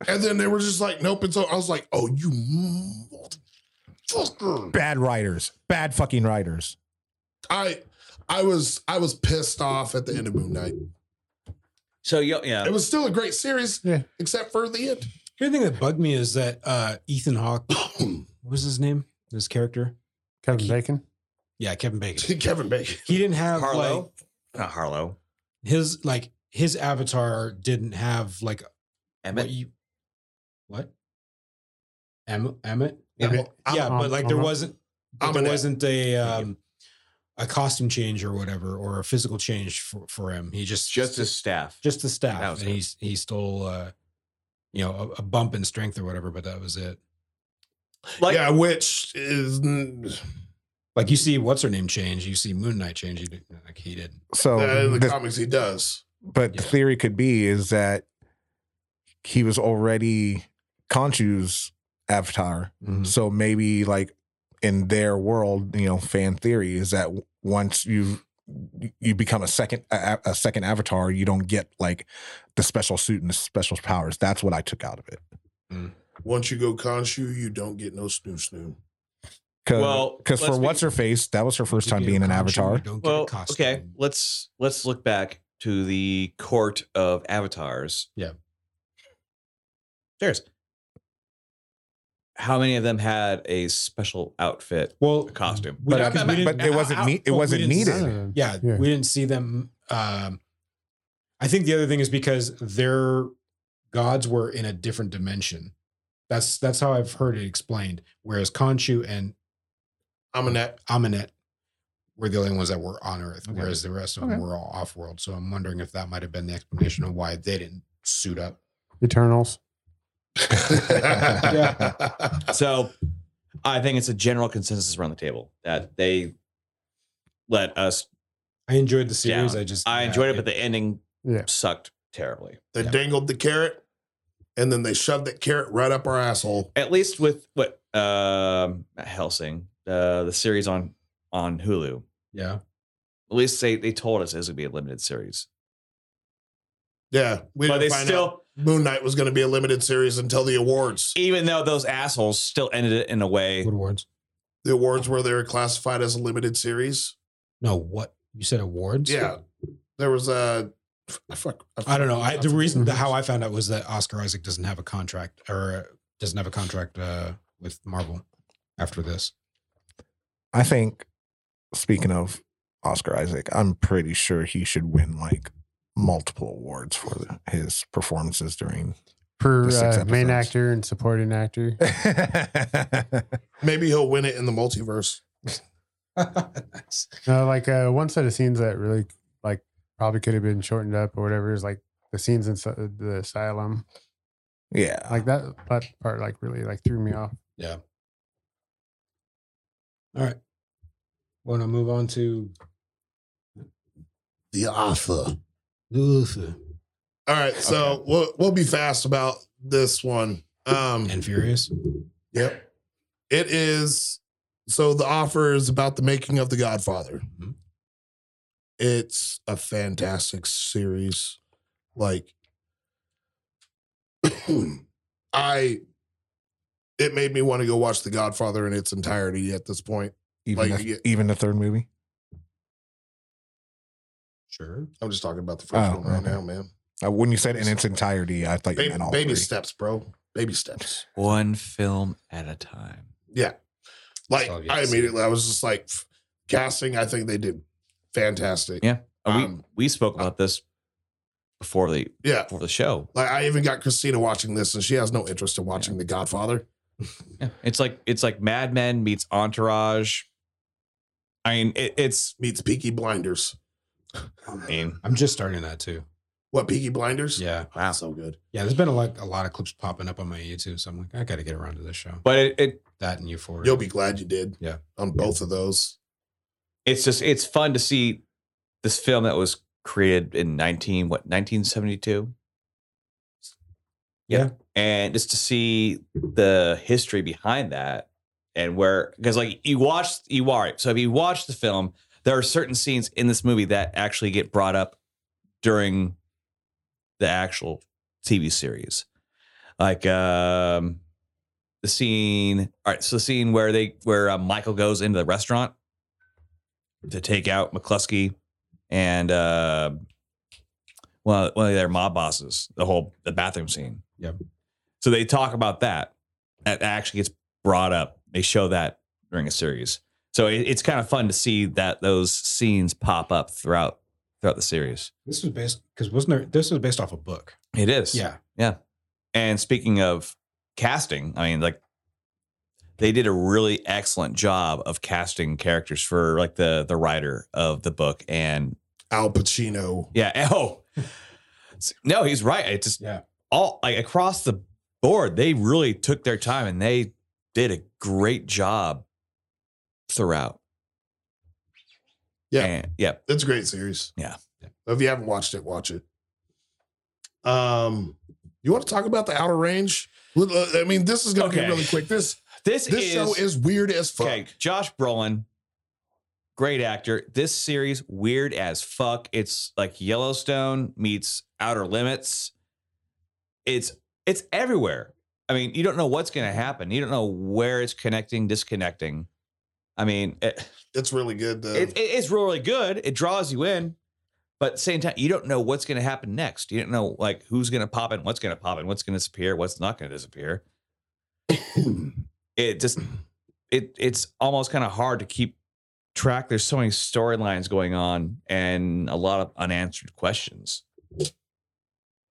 and then they were just like nope and so i was like oh you motherfucker Bad writers. Bad fucking writers. i i was i was pissed off at the end of moon knight so yo- yeah, it was still a great series Yeah. except for the end The other thing that bugged me is that uh, Ethan Hawke, what was his name? His character? Kevin Bacon. Yeah, Kevin Bacon. kevin bacon He didn't have Harlow. like not Harlow. his like his avatar didn't have like Emmett. what you what? Em, Emmett? Yeah, Emmett? well, yeah, I'm- but like there I'm- wasn't but I'm there an- wasn't a um, a costume change or whatever or a physical change for, for him. He just just his staff. just the That staff, was and it. he's he stole uh, you know a, a bump in strength or whatever, but that was it. like yeah which is Like you see, what's her name change? You see Moon Knight change. You didn't- like he did. Oh, So Uh, in the, the- comics, he does. but the Yeah. theory could be is that he was already Conchu's avatar. Mm. So maybe like in their world, you know, fan theory is that once you you become a second a, a second avatar, you don't get like the special suit and the special powers. That's what I took out of it. Once you go Khonshu, you don't get no snoo snoo. Cause, Well, cause let's for be- what's her face, that was her first You time get a being an costume, avatar. you don't get a well, costume. okay. Let's let's look back to the court of avatars. Yeah. There's how many of them had a special outfit, Well, a costume? we- But- 'cause we didn't- but it wasn't uh, need- it uh, we wasn't didn't needed. see None them. of them. Yeah, Yeah. we didn't see them. Um, I think the other thing is because their gods were in a different dimension. That's that's how I've heard it explained. Whereas Khonshu and I'm an that. Aminet were the only ones that were on Earth, Okay. whereas the rest of them Okay. were all off world. So I'm wondering if that might have been the explanation of why they didn't suit up. Eternals. Ah. So I think it's a general consensus around the table that they let us. I enjoyed the series. Down. I just I yeah, enjoyed it, but the ending Yeah. sucked terribly. They dangled the carrot, and then they shoved that carrot right up our asshole. At least with what um not Helsing, uh, the series on on Hulu. yeah. At least they they told us it was gonna be a limited series, Yeah, we but didn't they find still, out Moon Knight was going to be a limited series until the awards. even though those assholes still ended it in a way. What awards? The awards where they were classified as a limited series. No, what you said awards? Yeah, there was a. I fuck. I don't know. I, the reason Mhm. how I found out was that Oscar Isaac doesn't have a contract or uh, doesn't have a contract uh, with Marvel after this. I think speaking of Oscar Isaac, I'm pretty sure he should win like multiple awards for the, his performances during. Per The Eh. six uh, main episodes. actor and supporting actor. Maybe he'll win it in the multiverse. Nice. No, like uh, one set of scenes that really like probably could have been shortened up or whatever is like the scenes inside the asylum. yeah. Like that that part like really like threw me off. All right. Want to move on to The author. All right, so we'll we'll be fast about this one. Um, and Furious? Yep. It is. So the offer is about the making of The Godfather. Mhm. It's a fantastic series. Like, I, it made me want to go watch The Godfather in its entirety at this point. Even, like, the, yeah. even the third movie. Sure. I'm just talking about the first Oh, one right okay. now, man. Uh, when you said in its entirety, I thought you Baby, meant all baby three. steps, bro. Baby steps. One film at a time. Yeah. Like, So, I yes. immediately, I was just like, pff, casting, I think they did fantastic. Yeah. And Um, we we spoke about this before the Yeah. before the show. Like I even got Christina watching this, and she has no interest in watching The Godfather. Yeah. It's like it's like Mad Men meets Entourage. I mean, it, it's Meets Peaky Blinders. I mean, I'm just starting that too. What Peaky Blinders? Yeah. wow, so good. Yeah. There's been a lot, a lot of clips popping up on my YouTube. So I'm like, I got to get around to this show. but it, it That and Euphoria. You'll be glad you did. Yeah. on both of those. it's just it's fun to see this film that was created in 19 what 1972 Yeah. and just to see the history behind that and where because like you watch you all right so if you watch the film there are certain scenes in this movie that actually get brought up during the actual tv series like um the scene all right so the scene where they where uh, michael goes into the restaurant to take out mccluskey and uh one of, one of their mob bosses the whole the bathroom scene Yep. so they talk about that that actually gets brought up they show that during a series so it, it's kind of fun to see that those scenes pop up throughout throughout the series This was based because wasn't there? This was based off a book. it is Yeah, And speaking of casting, I mean, like they did a really excellent job of casting characters for like the the writer of the book. And Al Pacino. yeah, oh no, he's right. It just Yeah. all like across the board, they really took their time and they did a great job throughout. Yeah. And- yeah. It's a great series. Yeah. If you haven't watched it, watch it. Um, you want to talk about the Outer Range? Well, uh, I mean, this is going to Okay. be really quick. This This, this is, show is weird as fuck. Okay, Josh Brolin, great actor. This series weird as fuck. It's like Yellowstone meets Outer Limits. It's it's everywhere. I mean, you don't know what's going to happen. You don't know where it's connecting, disconnecting. I mean, eh, it, It's really good. Though. it, it- it's really good. It draws you in, but at the same time, you don't know what's going to happen next. You don't know like who's going to pop in, what's going to pop in, what's going to disappear, what's not going to disappear. it just it it's almost kind of hard to keep track. There's so many storylines going on and a lot of unanswered questions,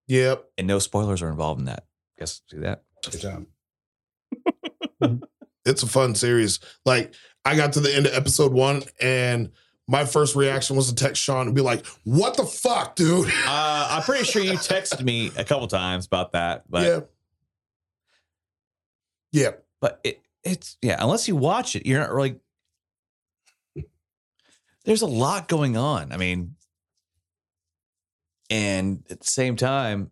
yep. and no spoilers are involved in that. Guess do that. good job. It's a fun series. Like I got to the end of episode one, and my first reaction was to text Sean and be like, "What the fuck, dude?" Uh, I'm pretty sure you texted me a couple times about that, but yeah. Yeah. but it, it's yeah unless you watch it you're not really there's a lot going on i mean and at the same time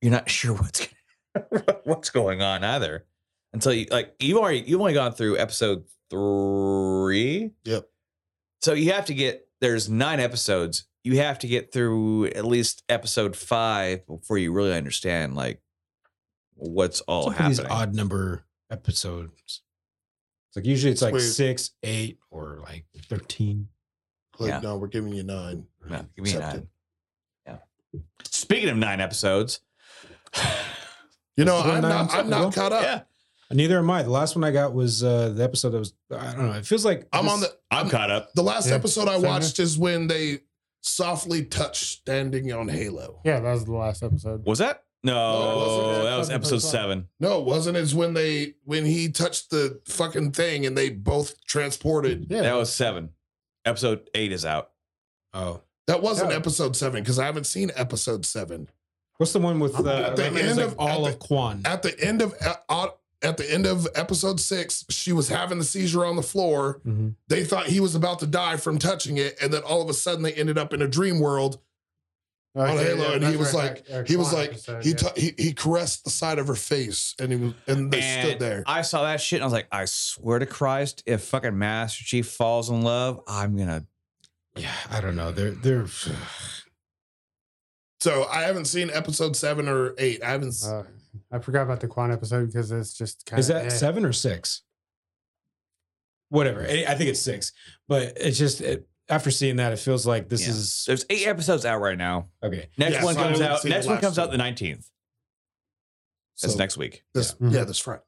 you're not sure what's what's going on either until you like you've already you've only gone through episode three Yep. so you have to get there's nine episodes you have to get through at least episode five before you really understand like what's all Some of happening These odd number episodes. It's like usually it's like Wait. six, eight, or like thirteen. Like, Yeah. no, we're giving you nine. Yeah, give me a Accepted. nine. Yeah. Speaking of nine episodes, You know, Is it nine I'm not, I'm something, not Will? caught up. yeah, Neither am I. The last one I got was uh the episode that was I don't know. It feels like I'm this- on the I'm caught up. the last Yeah, episode I same watched is when they softly touched standing on Halo. Yeah, that was the last episode. Was that? No, No, that wasn't it. that was Fucking episode first one. seven. No, it wasn't. It's when they when he touched the fucking thing and they both transported. Yeah, That was seven. Episode eight is out. oh. That wasn't Yeah. episode seven because I haven't seen episode seven. What's the one with uh, At the like, it's end like of- all at of Quan? At the end of uh, at the end of episode six, she was having the seizure on the floor. Mm-hmm. Mhm. They thought he was about to die from touching it, and then all of a sudden they ended up in a dream world. Oh, on Halo, and he was like- He was like he, took. tou- he he caressed the side of her face, and he was and they stood And there. I saw that shit and I was like, I swear to Christ, if fucking Master Chief falls in love, I'm gonna. Yeah, I don't know. They're they're So I haven't seen episode seven or eight. I haven't. s- Uh, I forgot about the Quan episode because it's just kind of. is that seven or six? Whatever. I I think it's six, but it's just it, after seeing that, it feels like this Yeah. is There's eight episodes out right now. okay. Next Yeah, one so I comes haven't out. seen the Next one last comes out one. the nineteenth. That's so next week. This, Yeah. yeah. this Friday.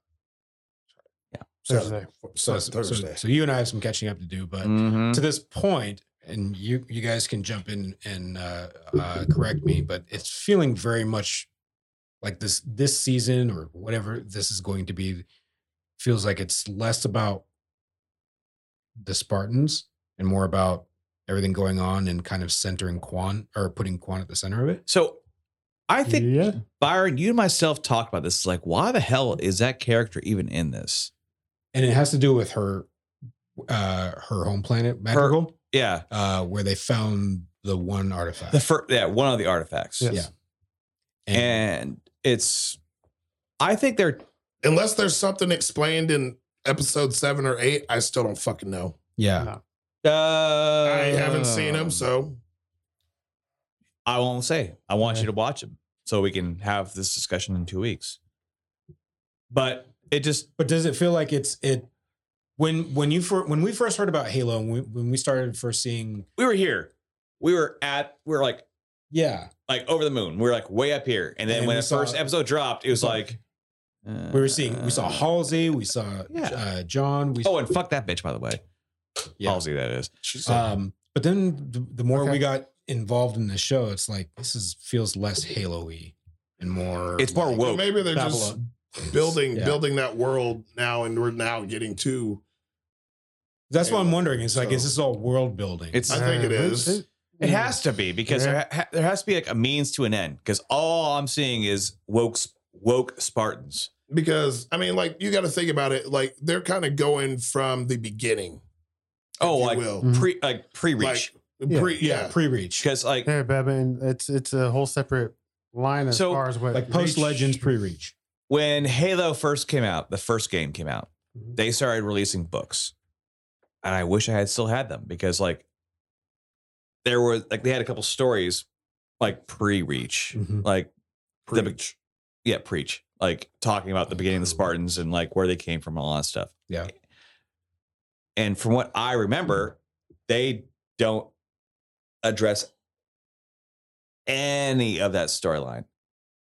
Yeah. So, So, so so, Thursday. so you and I have some catching up to do, but Mhm. to this point and you you guys can jump in and uh, uh, correct me but it's feeling very much like this this season or whatever this is going to be feels like it's less about the spartans and more about everything going on and kind of centering quan or putting quan at the center of it So, I think yeah. Byron, you and myself talked about this. Like, why the hell is that character even in this? and it has to do with her uh her home planet madrigal yeah, uh, where they found the one artifact. the first, yeah, one of the artifacts, Yes. and it's. I think they're Unless there's something explained in episode seven or eight, I still don't fucking know. yeah, No. Uh, I haven't seen them, so I won't say. I want Okay. you to watch them so we can have this discussion in two weeks. But it just But does it feel like it's it when when you fir- when we first heard about Halo and we, when we started first seeing we were here. We were at we were like yeah like over the moon. We were like way up here. And then And when we the saw- first episode dropped, it was like we were seeing we saw uh, Halsey we saw Yeah. uh, John we Oh, and fuck that bitch by the way. Yeah. Halsey that is. she's like, um but then the, the more Okay. we got involved in the show it's like this is feels less Halo-y and more It's more like woke. maybe they're just Babylon. building Yeah. building that world now, and we're now getting to. That's what I'm wondering. It's like So- is this all world building? It's- I think it Uh, is. It has to be because there, ha- there has to be like a means to an end because all I'm seeing is woke sp- woke Spartans. because I mean, like you got to think about it. Like they're kind of going from the beginning. Oh, if you like will. pre like pre-reach. like Yeah. pre, yeah, yeah, pre-reach. because like Yeah, but I mean, it's it's a whole separate line as So, far as what Like post legends pre-reach. when Halo first came out, the first game came out, Mm-hmm. Mhm. they started releasing books. And I wish I had still had them because like there were like they had a couple stories like pre-reach. Mhm. Like the- Preach. yeah, preach. Like talking about the beginning of the Spartans and like where they came from and all that stuff. Yeah. And from what I remember, they don't address any of that storyline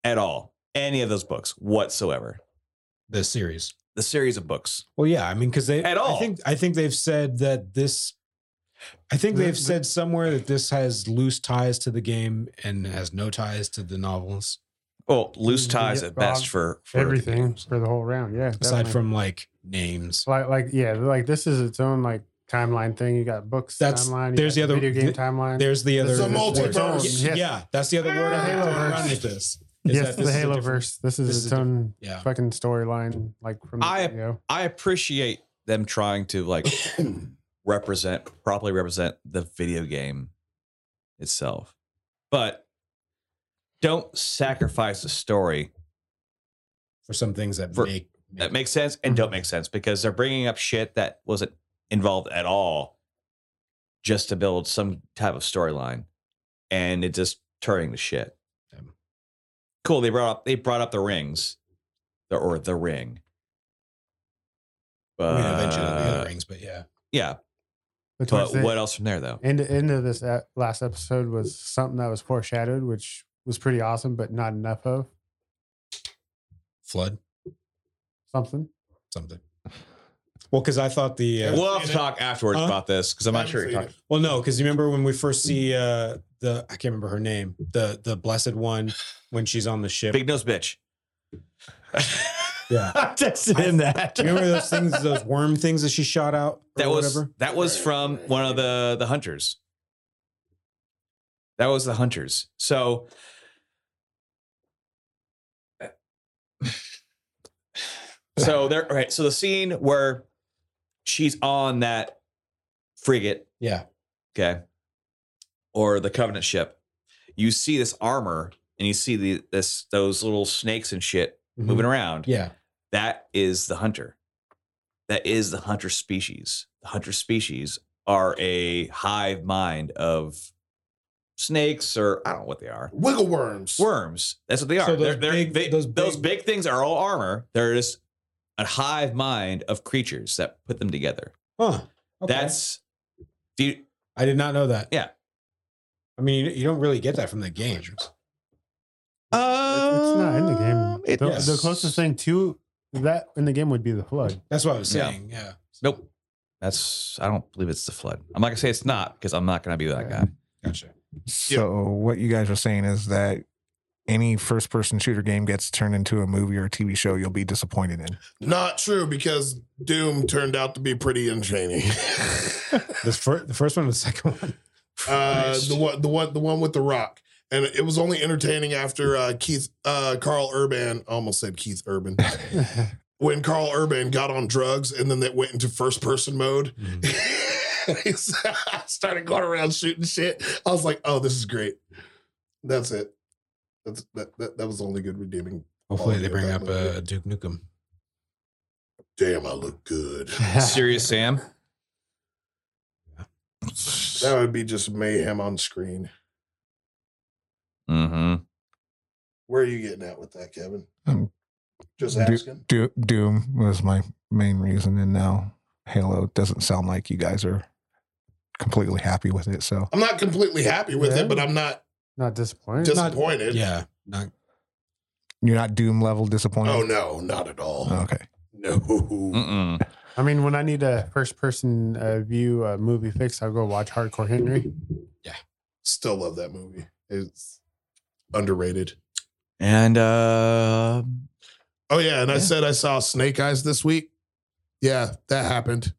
at all. Any of those books whatsoever. The series. The series of books. Well, yeah, I mean, because they At all. I think I think they've said that this. I think The- they've the- said somewhere that this has loose ties to the game and has no ties to the novels, Well, loose Yeah, ties at best Bob, for, for everything for the whole round. Yeah, aside definitely. from like names. like like yeah, like this is its own like timeline thing. You got books That's- timeline. you there's got the other- video game th- timeline. There's the other It's a multiverse. word. Yes. Yeah, that's the other word. Ah. I'm throwing around with this. is yes, that this the is a Halo different- verse. This is this is its a diff- own Yeah, fucking storyline. Like from the I- video. I appreciate them trying to like represent properly represent the video game itself. But don't sacrifice the story for some things that For- make, that makes sense and Mm-hmm. don't make sense because they're bringing up shit that wasn't involved at all just to build some type of storyline and it just turning to shit. Um. Cool, they brought up they brought up the rings the, or the ring. But I mean, eventually it'll be Uh, other rings, but yeah, yeah, But towards but the what else from there though? end end of this e- last episode was something that was foreshadowed, which was pretty awesome, but not enough of flood something. something. Well, because I thought the uh, We'll have to talk afterwards Huh? about this because I'm not sure you're talking. Well, no, because you remember when we Mm. first see uh the I can't remember her name, the the blessed one when she's on the ship. Big nose bitch. yeah. I texted him that. Do you remember those things, those worm things that she shot out? Or that was whatever? that was from one of the the hunters. That was the hunters. So uh, So there all right, so the scene where she's on that frigate yeah, okay, or the Covenant ship, you see this armor and you see the this those little snakes and shit Mhm. moving around. yeah. That is the hunter. That is the hunter species. The hunter species are a hive mind of snakes or I don't know what they are. Wiggle worms. Worms. That's what they are. So those they're, they're, big- they- those those, big- big, things are all armor. They're just a hive mind of creatures that put them together. Huh. Okay. That's do you, I did not know that. Yeah. I mean, you don't really get that from the games. It's not in the Um, game. it- The, yes. the closest thing to that in the game would be the flood. That's what I was Yeah. saying. Yeah. Nope. That's I don't believe it's the flood. I'm not gonna say it's not because I'm not gonna be that guy. Gotcha. So what you guys are saying is that any first person shooter game gets turned into a movie or a TV show you'll be disappointed in. Not true because Doom turned out to be pretty entertaining. The first, the first one, and the second one. uh, the one, the one, the one with the rock, and it was only entertaining after uh, Keith, uh, Carl Urban I almost said Keith Urban when Carl Urban got on drugs and then they went into first person mode. Mhm. He's- I started going around shooting shit. I was like, oh, this is great. That's it. That's that. That, that was the only good redeeming. Hopefully, Oh, they yeah, bring that up movie. uh, Duke Nukem. Damn, I look good. Serious Sam. That would be just mayhem on screen. Mm-hmm. Where are you getting at with that, Kevin? Um, Just do- asking. Do- Doom was my main reason, and now Halo doesn't sound like you guys are completely happy with it. So I'm not completely happy with Yeah. it, but I'm not Not disappointed. disappointed. Yeah, not you're not Doom level disappointed. Oh no, not at all. Okay. No. Mm-mm. I mean, when I need a first person uh, view uh, movie fix, I'll go watch Hardcore Henry. Still love that movie. It's underrated. And uh, Oh yeah, and I Yeah. said I saw Snake Eyes this week. Yeah, that happened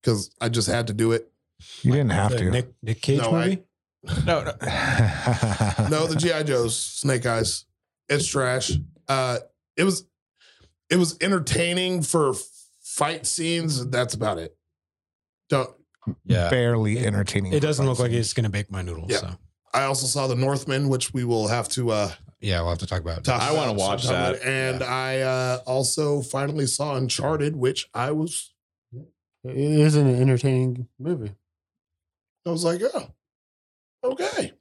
because I just had to do it. You didn't have the to. Nick Nick Cage No, I- movie. no, no, No, the GI Joes, Snake Eyes, it's trash. Uh, it was, it was entertaining for fight scenes. and That's about it. Don't. yeah, barely It- entertaining. it doesn't look like it's. it's gonna bake my noodles. Yeah. So I also saw The Northman, which we will have to uh, yeah, we'll have to talk about. it. talk. I wanna about watch sometime. that. And I uh, also finally saw Uncharted, which I was, It is an entertaining movie. I was like, oh, okay.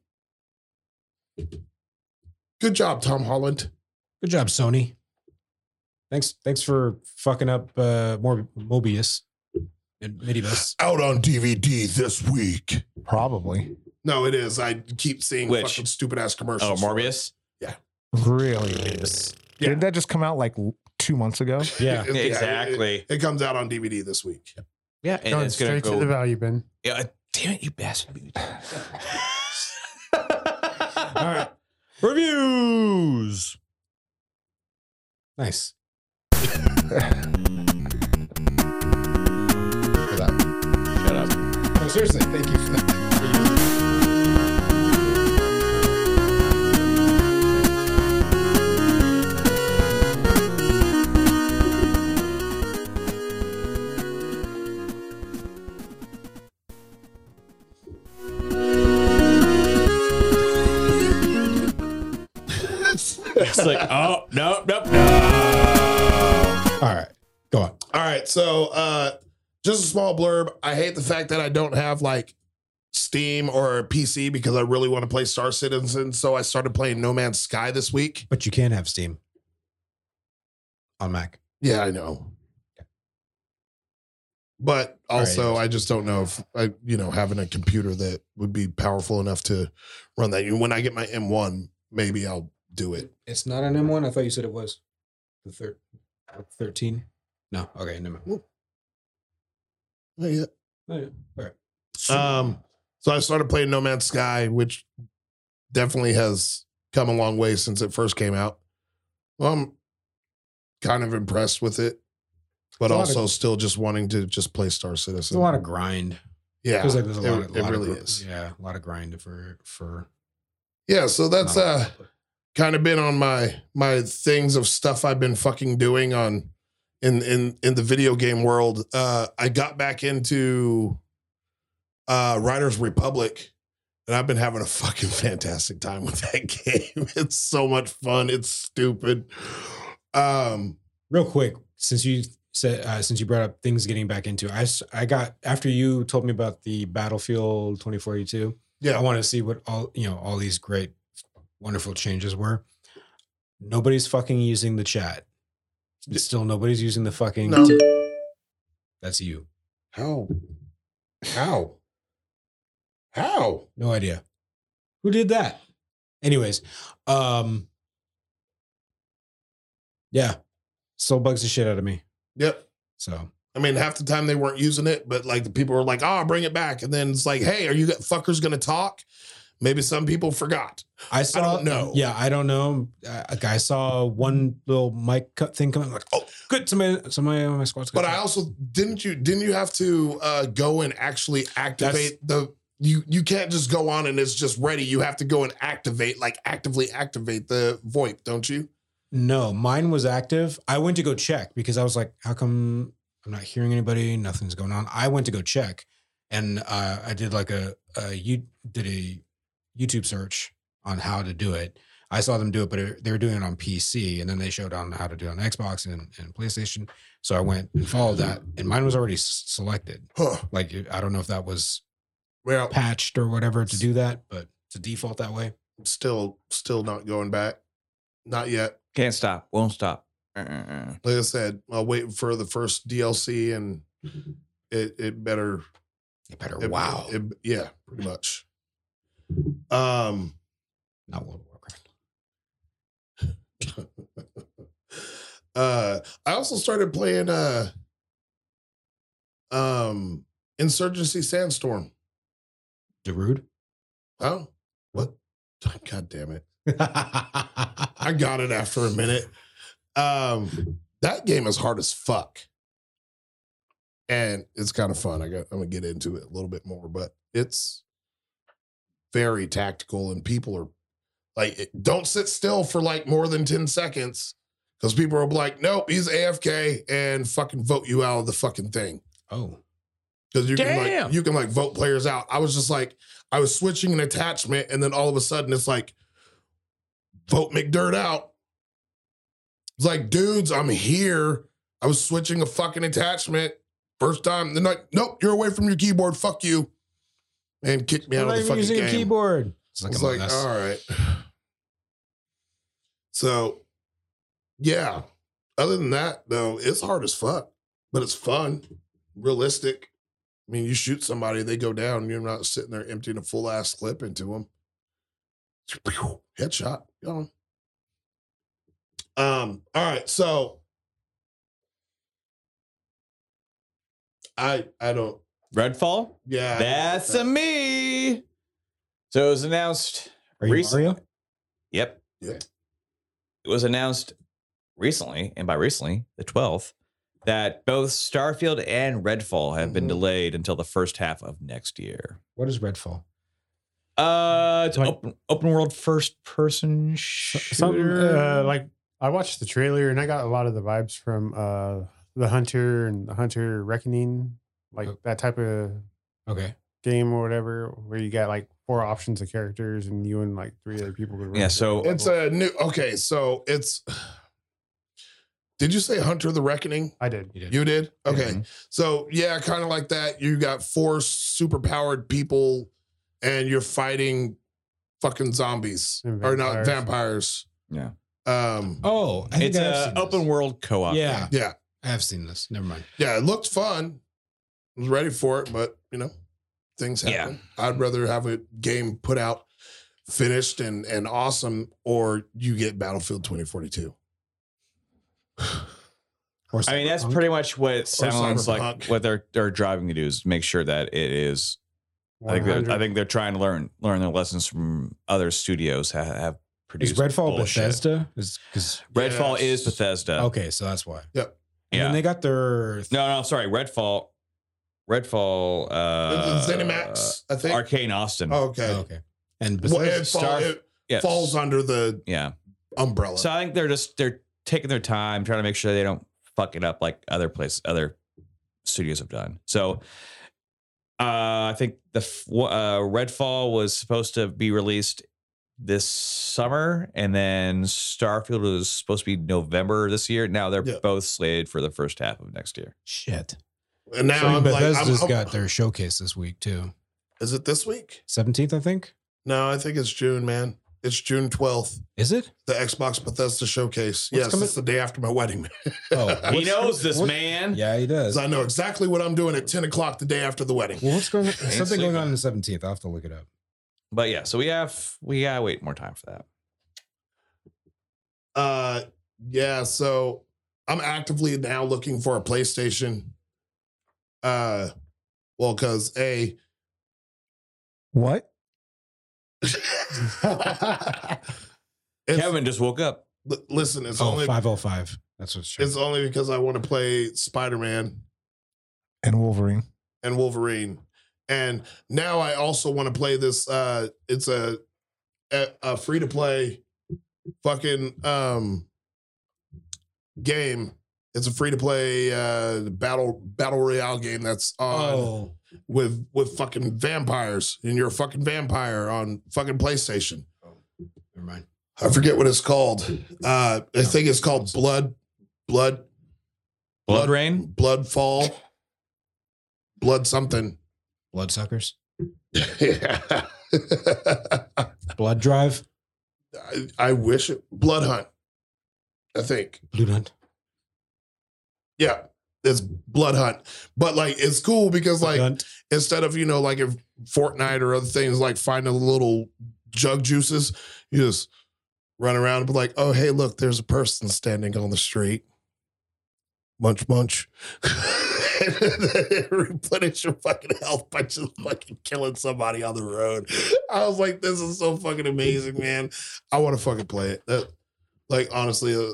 Good job, Tom Holland. Good job, Sony. Thanks, thanks for fucking up uh, Mor- Mobius and Midibus. Out on DVD this week. Probably. No, it is. I keep seeing Which? fucking stupid ass oh, commercials. Morbius. Really? Yeah. Did that just come out like l- two months ago? Yeah, it- Exactly. It, comes out on DVD this week. Yeah, and Going it's gonna straight to go. the value bin. yeah, uh, damn it, you bastard! All right, Reviews. nice. Shut up. No, seriously, thank you for that. It's like, oh no, no, no. All right, go on. All right. So uh just a small blurb. I hate the fact that I don't have like Steam or a PC because I really want to play Star Citizen. So I started playing No Man's Sky this week. But you can have Steam on Mac. Yeah, I know. But All right, also, yes. I just don't know if I, you know, having a computer that would be powerful enough to run that. When I get my M1, maybe I'll do it. It's not an M1. I thought you said it was the third, thirteen. No, okay, never mind. Oh, Not yet. All right. Um, so I started playing No Man's Sky, which definitely has come a long way since it first came out. Well, I'm kind of impressed with it, but It's a lot also still just wanting to just play Star Citizen. It's a lot of grind. yeah, Feels like there's a it, lot. of, it lot of really gr- is. Yeah, a lot of grind for for. Yeah, so that's not- uh kind of been on my my things of stuff I've been fucking doing on in in in the video game world. Uh I got back into uh Riders Republic and I've been having a fucking fantastic time with that game. It's so much fun. It's stupid. Um real quick since you said uh, since you brought up things getting back into I s- I got after you told me about the Battlefield 2042 I yeah, want to see what all you know all these great wonderful changes were nobody's fucking using the chat still nobody's using the fucking no. that's you How? How? How? no idea who did that anyways um yeah still bugs the shit out of me Yep. so I mean, half the time they weren't using it, but like the people were like, "Oh, bring it back," and then it's like, "Hey, are you that fuckers gonna talk?" Maybe some people forgot. I saw. don't know. Yeah, I don't know. Uh, like I saw one little mic cut thing coming. Like, oh, good. Somebody, somebody on my squad's. But I also didn't you didn't you have to uh, go and actually activate the you you can't just go on and it's just ready. You have to go and activate like actively activate the VoIP, don't you? no, mine was active. I went to go check because I was like, how come I'm not hearing anybody? Nothing's going on. I went to go check, and uh, I did like a, a you did a YouTube search on how to do it. I saw them do it, but it, they were doing it on PC, and then they showed on how to do it on Xbox and, and PlayStation. So I went and followed that, and mine was already s- selected. Huh. Like I don't know if that was Well, patched or whatever to do that, but to default that way. still, still not going back. Not yet. Can't stop. Won't stop. Uh-uh-uh. like I said, I'll wait for the first DLC and it it better It better it- wow, it, yeah pretty much. Um, not World of Warcraft. uh, I also started playing uh, um, Insurgency Sandstorm. Darude. Oh, what? God damn it! I got it after a minute. Um, that game is hard as fuck, and it's kind of fun. I got I'm gonna get into it a little bit more, but it's very tactical, and people are like, it- don't sit still for like more than ten seconds because people are like, nope, he's AFK, and fucking vote you out of the fucking thing oh, because you can Damn. like you can like vote players out. I was just like I was switching an attachment, and then all of a sudden it's like vote McDirt out. It's like dudes, I'm here. I was switching a fucking attachment first time. They're like, nope, you're away from your keyboard. Fuck you, and kicked me out of the fucking game. keyboard. It's like, It's I'm like, like, that's- all right. So, yeah. Other than that, though, it's hard as fuck, but it's fun, realistic. I mean, you shoot somebody, they go down. You're not sitting there emptying a full ass clip into them. Headshot, gone. Um. All right. So, I I don't. Redfall. Yeah. I- That's a me. So it was announced. are you recent- Mario? Yep. Yeah. It was announced recently, and by recently, the 12th, that both Starfield and Redfall have been Mhm. delayed until the first half of next year. What is Redfall? Uh, it's Like- open, open world first person shooter. Something uh, like I watched the trailer and I got a lot of the vibes from uh, the Hunter and the Hunter Reckoning, like Oh. that type of Okay, game or whatever, where you got like four options of characters and you and like three other people. Could Yeah, so- uh, It's a new. Okay, so it's. Did you say Hunter the Reckoning? I did. you did. You did. Okay, Mhm. so yeah, kind of like that. You got four superpowered people, and you're fighting fucking zombies And or not vampires. Yeah. Um. oh, I think It's I have a seen open this. world co-op. Yeah, game. Yeah. I have seen this. Never mind. Yeah. It looked fun. I was ready for it, but you know, things Yeah. happen. I'd rather have a game put out finished and and awesome, or you get Battlefield 2042. Or I mean, that's Cyberpunk. pretty much what it sounds like. Cyberpunk. What they're they're driving to do is make sure that it is I think they're, I think they're trying to learn learn their lessons from other studios that have Is produced. Redfall bullshit. Bethesda? Is because Redfall Yes. is Bethesda. okay, so that's why. And Yeah. then they got their no, no, sorry. Redfall. Redfall. Uh, ZeniMax, I think. Arcane Austin. Oh, okay. oh, okay, and Well, Bethesda, it, fall, Star- it Yes. falls under the Yeah. umbrella. So I think they're just they're taking their time trying to make sure they don't fuck it up like other place other studios have done. So. Uh, I think the f- wa- uh, Redfall was supposed to be released this summer, and then Starfield was supposed to be November this year. Now they're Yeah. both slated for the first half of next year. shit. and now So I'm like, I'm- Bethesda's I'm- got their showcase this week too. Is it this week? Seventeenth, I think. No, I think it's June, man. It's June 12th, Is it? the Xbox Bethesda showcase. What's yes, coming- it's the day after my wedding. Oh, he knows this what- man. yeah, he does. 'Cause I know exactly what I'm doing at 10 o'clock the day after the wedding. Well, what's going? On? Something going on sleeping. on the seventeenth. I will have to look it up. But yeah, so we have we gotta wait more time for that. Uh, yeah, so I'm actively now looking for a PlayStation. Uh, well, because A, What? it's- Kevin just woke up. li- listen, it's Oh, only 505. That's what's true. It's only because I want to play Spider Man And Wolverine. and Wolverine, and now I also want to play this. Uh, it's a a, a free to play fucking um game It's a free to play uh, battle battle royale game that's on Oh, with with fucking vampires, and you're a fucking vampire on fucking PlayStation. never mind. I forget what it's called. Uh, I think it's called Blood Blood Blood Rain? Blood Fall Blood something. Bloodsuckers, yeah. blood drive, I, I wish it Blood Hunt. I think. blood hunt. Yeah. It's Blood Hunt. But like it's cool because like Hunt. instead of you know like if Fortnite or other things like finding little jug juices, you just run around and be like, oh hey, look, there's a person standing on the street. Munch munch. Replenish your fucking health by just fucking killing somebody on the road. I was like, this is so fucking amazing, man. I want to fucking play it. That- like honestly, uh,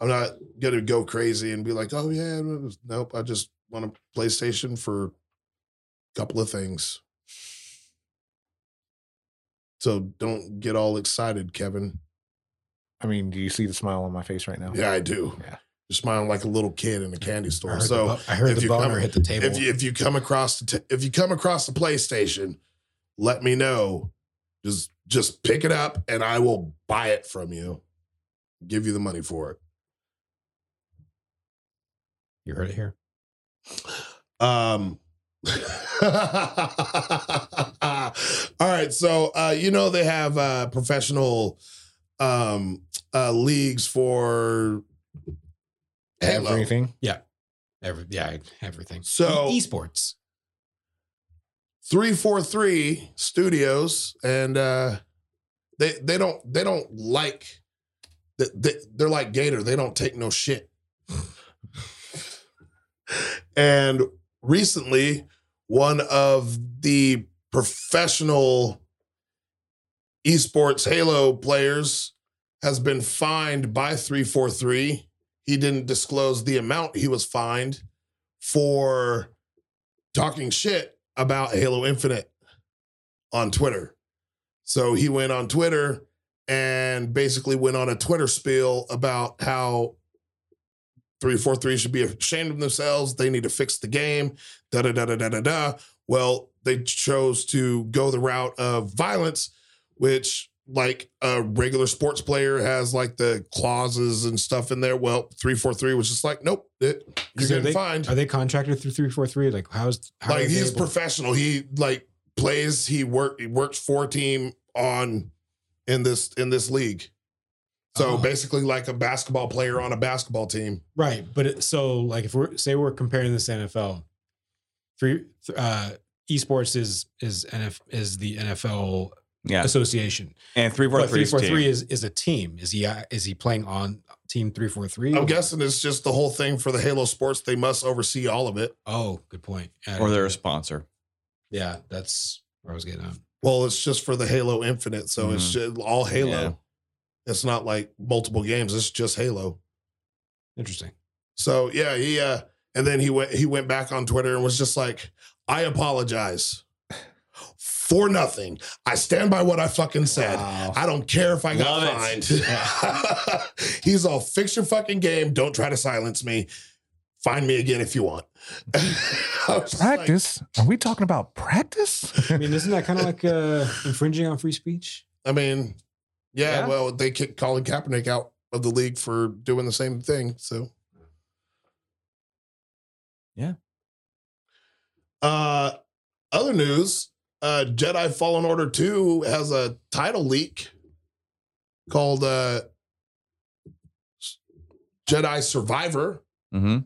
I'm not gonna go crazy and be like, oh yeah, nope. I just want a PlayStation for couple of things. So don't get all excited, Kevin. I mean, do you see the smile on my face right now? Yeah, I do. Yeah. You're smiling like a little kid in a Oh. candy I store. heard So the, bu- I heard if the you boner come- hit the table. if you if you come across the t- if you come across the PlayStation, let me know. Just just pick it up and I will buy it from you. Give you the money for it. you heard it here. Um, all right, so uh, you know they have uh, professional um, uh, leagues for Halo. Everything. Every, yeah, e, everything. So- E- esports. three four three studios, and uh, they they don't they don't like they, they, they're like Gator. They don't take no shit. and recently, one of the professional esports Halo players has been fined by 343. He didn't disclose the amount he was fined for talking shit about Halo Infinite on Twitter. So he went on Twitter and basically went on a Twitter spiel about how 343 should be ashamed of themselves. They need to fix the game. Da da da da da da da. Well, they chose to go the route of violence, which like a regular sports player has like the clauses and stuff in there. Well, 343 was just like, nope, it, you're So getting they- fined Are they contracted through three four three? Like how's how are like they he's able- professional. He like plays. He work. He works for a team on in this in this league. So Oh. basically, like a basketball player on a basketball team. Right, but it, so like if we're say we're comparing this to NFL, three th- uh, esports is is NF is the NFL Yeah. association. And But 343 three is four three team. is is a team. Is he uh, is he playing on team three four three? I'm guessing it's just the whole thing for the Halo Sports. They must oversee all of it. Oh, good point. Yeah, Or they're a sponsor. yeah, that's where I was getting at. Well, it's just for the Halo Infinite, so it's just all Halo. Yeah. It's not like multiple games. It's just Halo. Interesting. So yeah, he uh, and then he went he went back on Twitter and was just like, "I apologize for nothing. I stand by what I fucking said. Wow. I don't care if I got Love it. fined." He's all, "Fix your fucking game. Don't try to silence me. Find me again if you want." I was just like, Practice? Are we talking about practice? I mean, isn't that kind of like uh, infringing on free speech? I mean, yeah, Yeah. Well, they kicked Colin Kaepernick out of the league for doing the same thing. So. Yeah. Uh, other news uh, Jedi Fallen Order 2 has a title leak called uh, Jedi Survivor. Mm-hmm.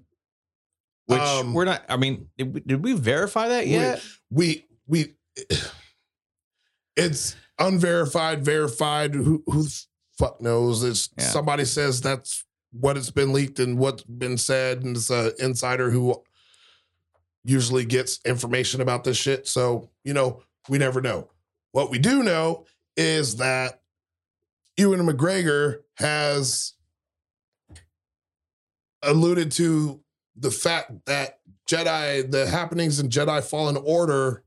Which Um, we're not, I mean, did we, did we verify that We- yet? We, we, it's unverified, verified. Who, who the fuck knows? It's Yeah. somebody says that's what it's been leaked and what's been said. And it's an insider who usually gets information about this shit. So, you know, we never know. What we do know is that Ewan McGregor has alluded to the fact that Jedi, the happenings in Jedi Fallen Order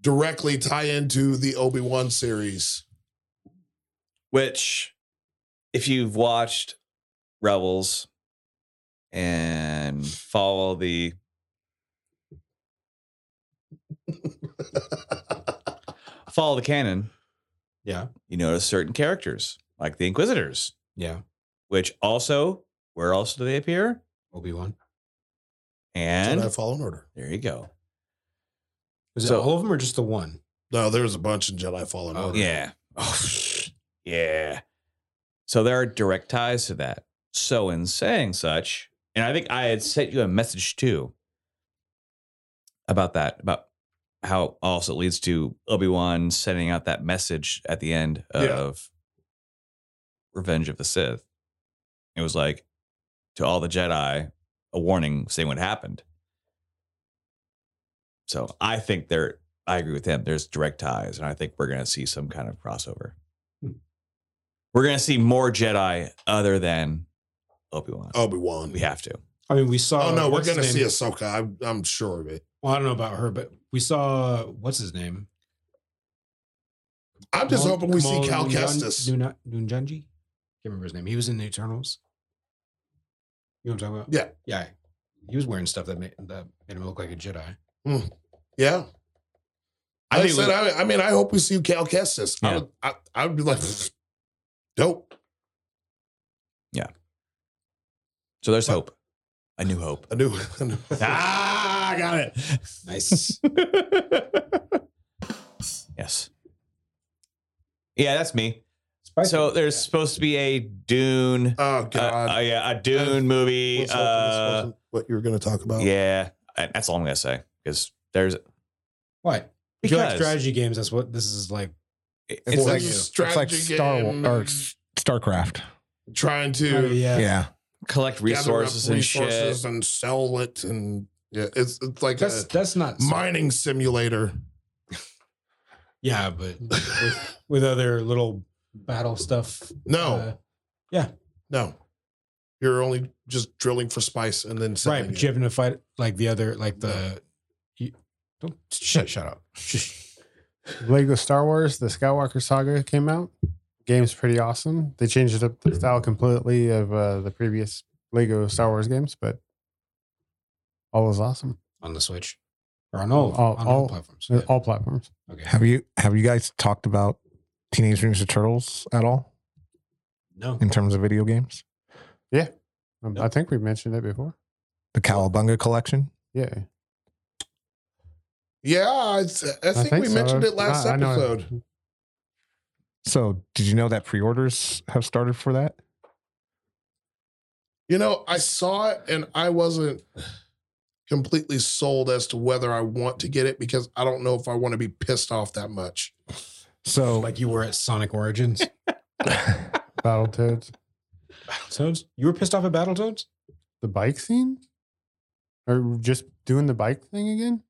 directly tie into the Obi Wan series. Which, if you've watched Rebels, and follow the follow the canon, Yeah. you notice certain characters like the Inquisitors, Yeah. which also where else do they appear? Obi Wan. And Jedi Fallen Order. there you go. Is So- it all of them or just the one? No, there was a bunch in Jedi Fallen Order. Yeah. Oh, yeah. So there are direct ties to that. So in saying such, and I think I had sent you a message too about that, about how it also leads to Obi Wan sending out that message at the end Yeah. of Revenge of the Sith. It was like to all the Jedi, a warning saying what happened. So I think there, I agree with him. There's direct ties, and I think we're going to see some kind of crossover. We're going to see more Jedi other than Obi Wan. Obi Wan. We have to. I mean, we saw. Oh no, we're what's his gonna see name? Ahsoka. I'm, I'm sure of it. Well, I don't know about her, but we saw what's his name. I'm just Kamal- hoping we see Kamal Cal Nunjan- Kestis. Nuna- Nunjanji? Can't remember his name. He was in the Eternals. You know what I'm talking about? Yeah. Yeah. He was wearing stuff that made, that made him look like a Jedi. Yeah. I Like I think said, we- I, I mean, I hope we see Cal Kestis. I, Yeah. would, I, I would be like, dope, So there's hope. A new hope. a new, a new ah, I got it. Nice. yes. Yeah, that's me. Spicy. So there's supposed to be a Dune, Oh uh, God! uh, yeah, a Dune movie. Was hoping this uh, wasn't what you were going to talk about? yeah, I- that's all I'm gonna say because there's what? If you like because strategy games, that's what this is like. it- It's it's like you. it's like Strategy Star War game. or S- Starcraft. Trying to Oh, gather yeah. Yeah, collect up resources and resources shit. and sell it, and yeah, it's it's like That's a that's not mining simulator. Yeah, but with, with other little battle stuff. No, uh, no, you're only just drilling for spice and then selling right, but it. you having to fight like the other, like the. You, don't shut shut up. Lego Star Wars, the Skywalker Saga came out. Game's pretty awesome. They changed up the style completely of uh, the previous Lego Star Wars games, but all was awesome. on the Switch or on all All- on all, all- platforms. Uh, All platforms. Okay. have you have you guys talked about Teenage Mutant Ninja Turtles at all No. in terms of video games? Um, I think we mentioned it before. The Cowabunga collection. Yeah. Yeah, I, I, think, we so. mentioned it last I- I know. episode. So did you know that pre-orders have started for that? You know, I saw it and I wasn't completely sold as to whether I want to get it because I don't know if I want to be pissed off that much. So Like you were at Sonic Origins. Battletoads. Battletoads? You were pissed off at Battletoads? The bike scene? Or just doing the bike thing again?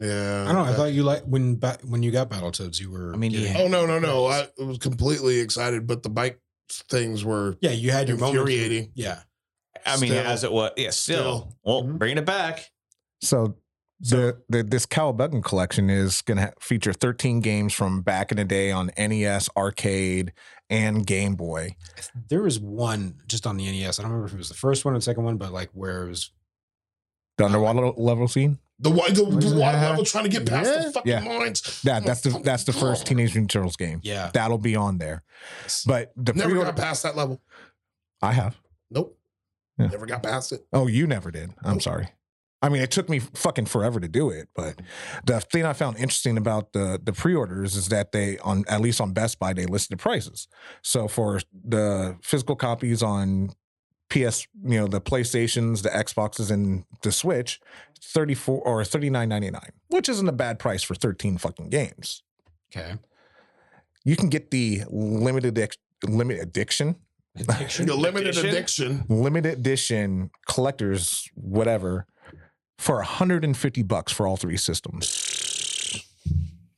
Yeah. I don't know. I thought you like when ba- when you got Battletoads, you were. I mean, getting- yeah. Oh no, no, no. I was completely excited, but the bike things were yeah, you had your moments. infuriating. Yeah. I mean, Still. as it was, yeah, still. Still. Mm-hmm. Well, Mhm. bringing it back. So the, the this Cowabunga collection is going to feature 13 games from back in the day on NES, arcade, and Game Boy. There was one just on the NES. I don't remember if it was the first one or the second one, but like where it was. The underwater level scene. The wa- the, the water Yeah. level trying to get past Yeah. the fucking Yeah. mines. That that's the that's the first Teenage Mutant Turtles game. Yeah. That'll be on there. But the Never pre-order got past that level. I have. Nope. Yeah. Never got past it. Oh, you never did. I'm Nope. sorry. I mean, it took me fucking forever to do it, but the thing I found interesting about the the pre-orders is that they on at least on Best Buy they listed the prices. So for the physical copies on PS, you know, the PlayStations, the Xboxes, and the Switch, thirty four or thirty nine ninety nine, which isn't a bad price for thirteen fucking games. Okay. You can get the limited ex- limited addiction Addiction. The limited Addiction? addiction. limited edition collectors, whatever, for 150 bucks for all three systems.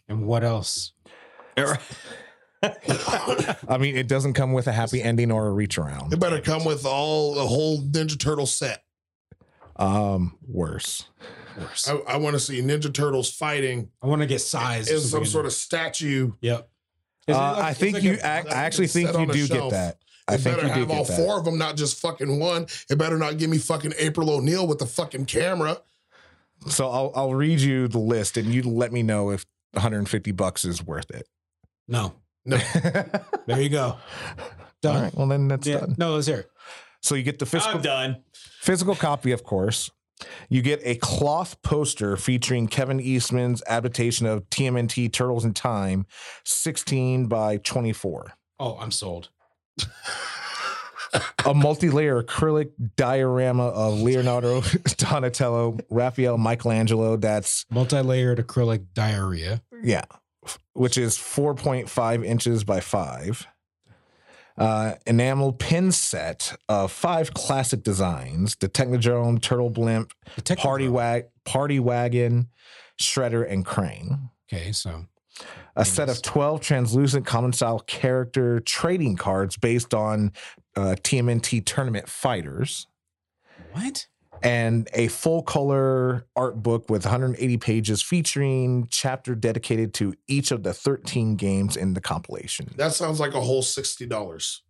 and what else? I mean, it doesn't come with a happy ending or a reach It around. better come with all the whole Ninja Turtle set. Um, worse. Worse. I, I want to see Ninja Turtles fighting I want to get size. in some sort of statue Yep. Uh, I think you. ac- I, actually think set you on a do shelf. get that. I It think better you do have all get that. four of them, not just fucking one. It better not give me fucking April O'Neil with the fucking camera. So I'll I'll read you the list and you let me know if 150 bucks is worth it. No. No. There you go. all Done. right. Well, then that's Yeah. done. No, let's hear it. So you get the physical I'm done. physical copy, of course. You get a cloth poster featuring Kevin Eastman's adaptation of TMNT Turtles in Time, 16 by 24. Oh, I'm sold. a multi-layer acrylic diorama of Leonardo, Donatello, Raphael, Michelangelo. That's Multi-layered acrylic diarrhea. yeah, which is 4.5 inches by five. Uh, enamel pin set of five classic designs: the Technodrome, Turtle Blimp, The Technodrome. Party Wag, Party Wagon, Shredder, and Crane. Okay, so A set of 12 translucent common style character trading cards based on uh, TMNT tournament fighters. what? and a full color art book with 180 pages featuring chapter dedicated to each of the 13 games in the compilation. That sounds like a whole sixty dollars.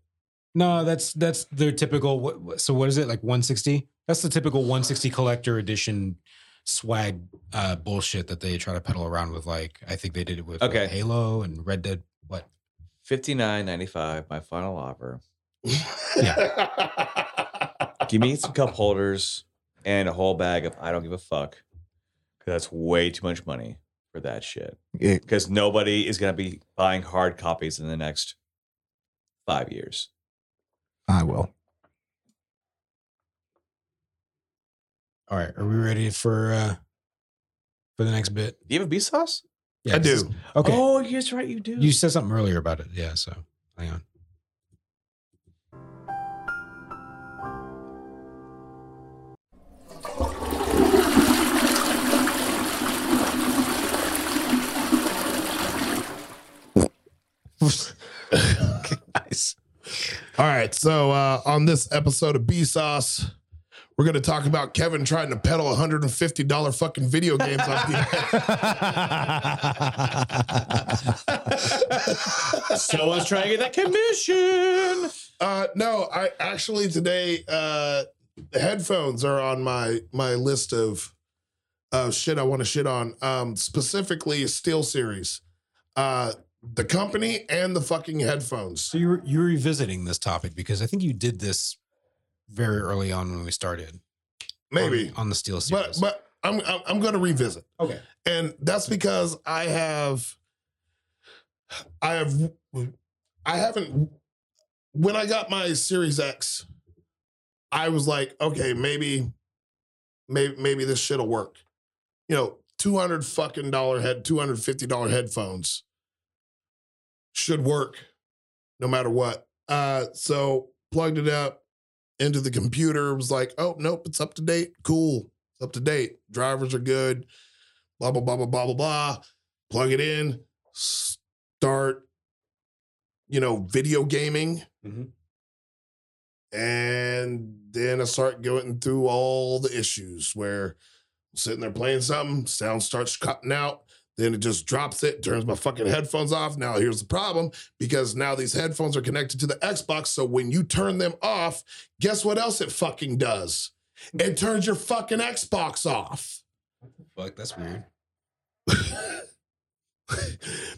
No, that's that's their typical. what- what- So what is it like? One sixty? That's the typical one sixty collector edition swag uh, bullshit that they try to peddle around with. Like I think they did it with uh, Okay. Halo and Red Dead. What? Fifty nine ninety five. My final offer. Yeah. Give me some cup holders and a whole bag of I don't give a fuck. 'Cause that's way too much money for that shit. It- Because nobody is gonna be buying hard copies in the next five years. I will. All right, are we ready for uh for the next bit? Do you have a beef sauce? Yeah, I this do. is- Okay, Oh, yes, right. You do. you said something earlier about it. Yeah, so hang on. nice. All right. So uh, on this episode of B Sauce, we're going to talk about Kevin trying to peddle $150 fucking video games on eBay. Someone's trying to get that commission. Uh, no, I actually today uh, the headphones are on my my list of of shit I want to shit on. Um, specifically, Steel Series, uh, the company, and the fucking headphones. So you're you're revisiting this topic because I think you did this very early on when we started. Maybe, on, on the Steel but series. but I'm I'm, I'm going to revisit. okay, and that's because I have, I have, I haven't. When I got my Series X, I was like, okay, maybe, maybe, maybe this shit'll work. You know, two hundred fucking dollar head, two hundred fifty dollar headphones should work, no matter what. Uh, so plugged it up into the computer. Was like, oh nope, it's up to date. Cool, it's up to date. Drivers are good blah blah blah blah blah blah blah. Plug it in, start, you know, video gaming, Mhm. and then I start going through all the issues where I'm sitting there playing something, sound starts cutting out. Then it just drops it, turns my fucking headphones off. Now here's the problem because now these headphones are connected to the Xbox. So when you turn them off, guess what else it fucking does? It turns your fucking Xbox off. fuck, that's weird.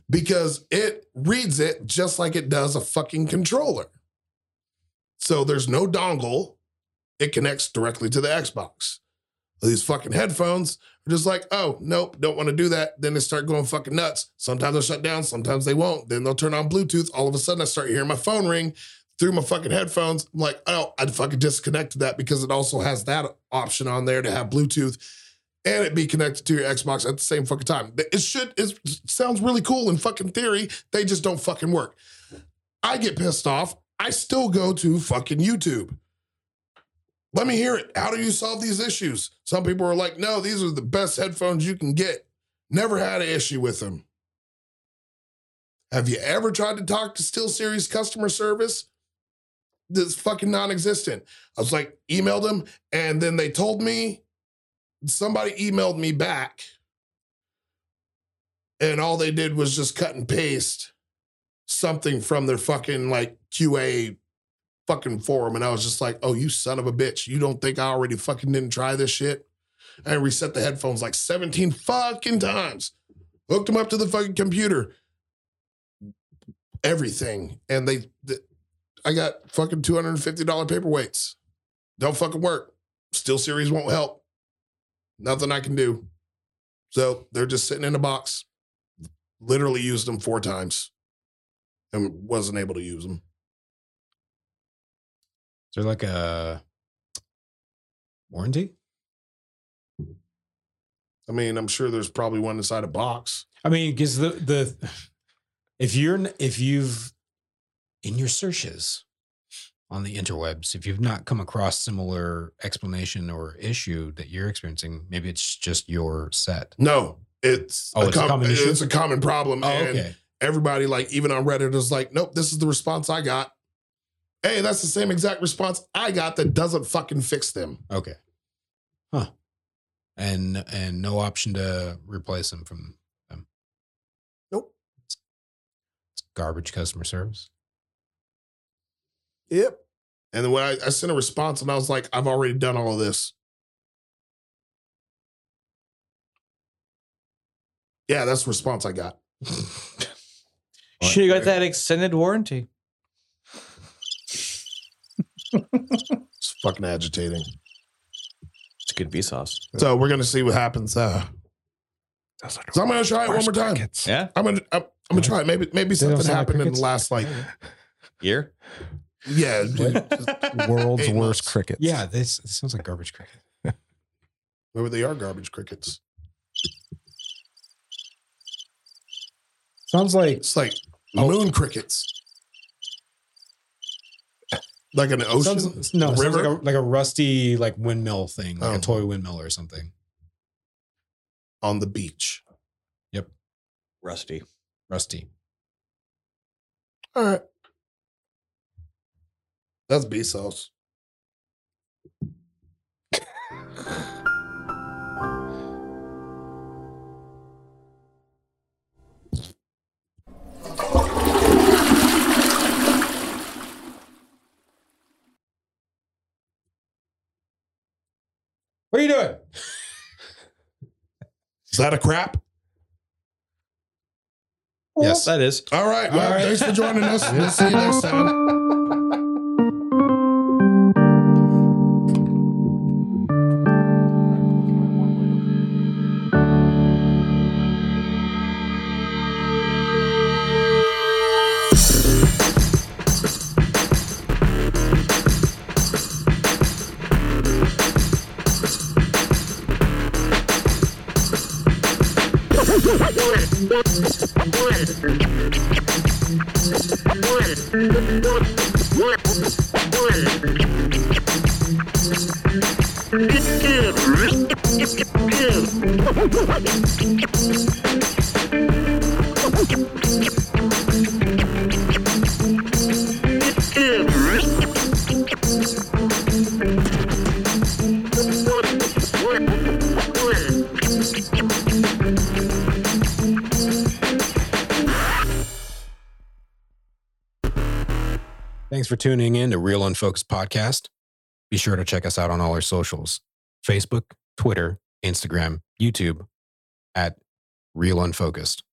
because it reads it just like it does a fucking controller. So there's no dongle. It connects directly to the Xbox. These fucking headphones are just like, oh, nope, don't want to do that. Then they start going fucking nuts. Sometimes they'll shut down, sometimes they won't. Then they'll turn on Bluetooth. All of a sudden, I start hearing my phone ring through my fucking headphones. I'm like, oh, I fucking disconnected that because it also has that option on there to have Bluetooth and it be connected to your Xbox at the same fucking time. It should it sounds really cool in fucking theory. They just don't fucking work. I get pissed off. I still go to fucking YouTube. Let me hear it. How do you solve these issues? Some people are like, no, these are the best headphones you can get. Never had an issue with them. Have you ever tried to talk to Steel Series customer service? That's fucking non existent. I was like, emailed them, and then they told me somebody emailed me back and all they did was just cut and paste something from their fucking like QA fucking forum, and I was just like, "Oh, you son of a bitch! You don't think I already fucking didn't try this shit?" I reset the headphones like seventeen fucking times, hooked them up to the fucking computer, everything, and they, th- I got fucking two hundred and fifty dollar paperweights. Don't fucking work. Steel Series won't help. Nothing I can do. So they're just sitting in a box. Literally used them four times and wasn't able to use them. Is there like a warranty? I mean, I'm sure there's probably one inside a box. I mean, because the the if you're n- if you've in your searches on the interwebs, if you've not come across similar explanation or issue that you're experiencing, maybe it's just your set. No, it's, Oh, it's a com- common issue? it's a common problem. Oh, and okay. everybody, like even on Reddit, is like, nope, this is the response I got. Hey, that's the same exact response I got that doesn't fucking fix them. Okay. Huh. And and no option to replace them from them. Nope. It's garbage customer service. Yep. And then when I, I sent a response and I was like, I've already done all of this. Yeah, that's the response I got. Should have got that extended warranty. It's fucking agitating. It's a good B sauce. So we're gonna see what happens. Uh, so I'm gonna try it one more time. Yeah, I'm gonna I'm, I'm gonna try it. Maybe maybe They don't something sound like happened in the crickets. last like year. yeah. dude. World's Eight worst months. crickets. Yeah, this, this sounds like garbage cricket. Maybe they are garbage crickets. Sounds like It's like Oh. moon crickets. Like an ocean. Sounds, no, sounds river? like, a, like a rusty like windmill thing, like Oh. a toy windmill or something. on the beach. Rusty. Rusty. All right. That's B sauce. What are you doing? Is that a crap? Yes. that is. All right. Well, All right. thanks for joining us. We'll see you next time. Thanks for tuning in to Real Unfocused Podcast. Be sure to check us out on all our socials Facebook, Twitter, Instagram, YouTube at Real Unfocused.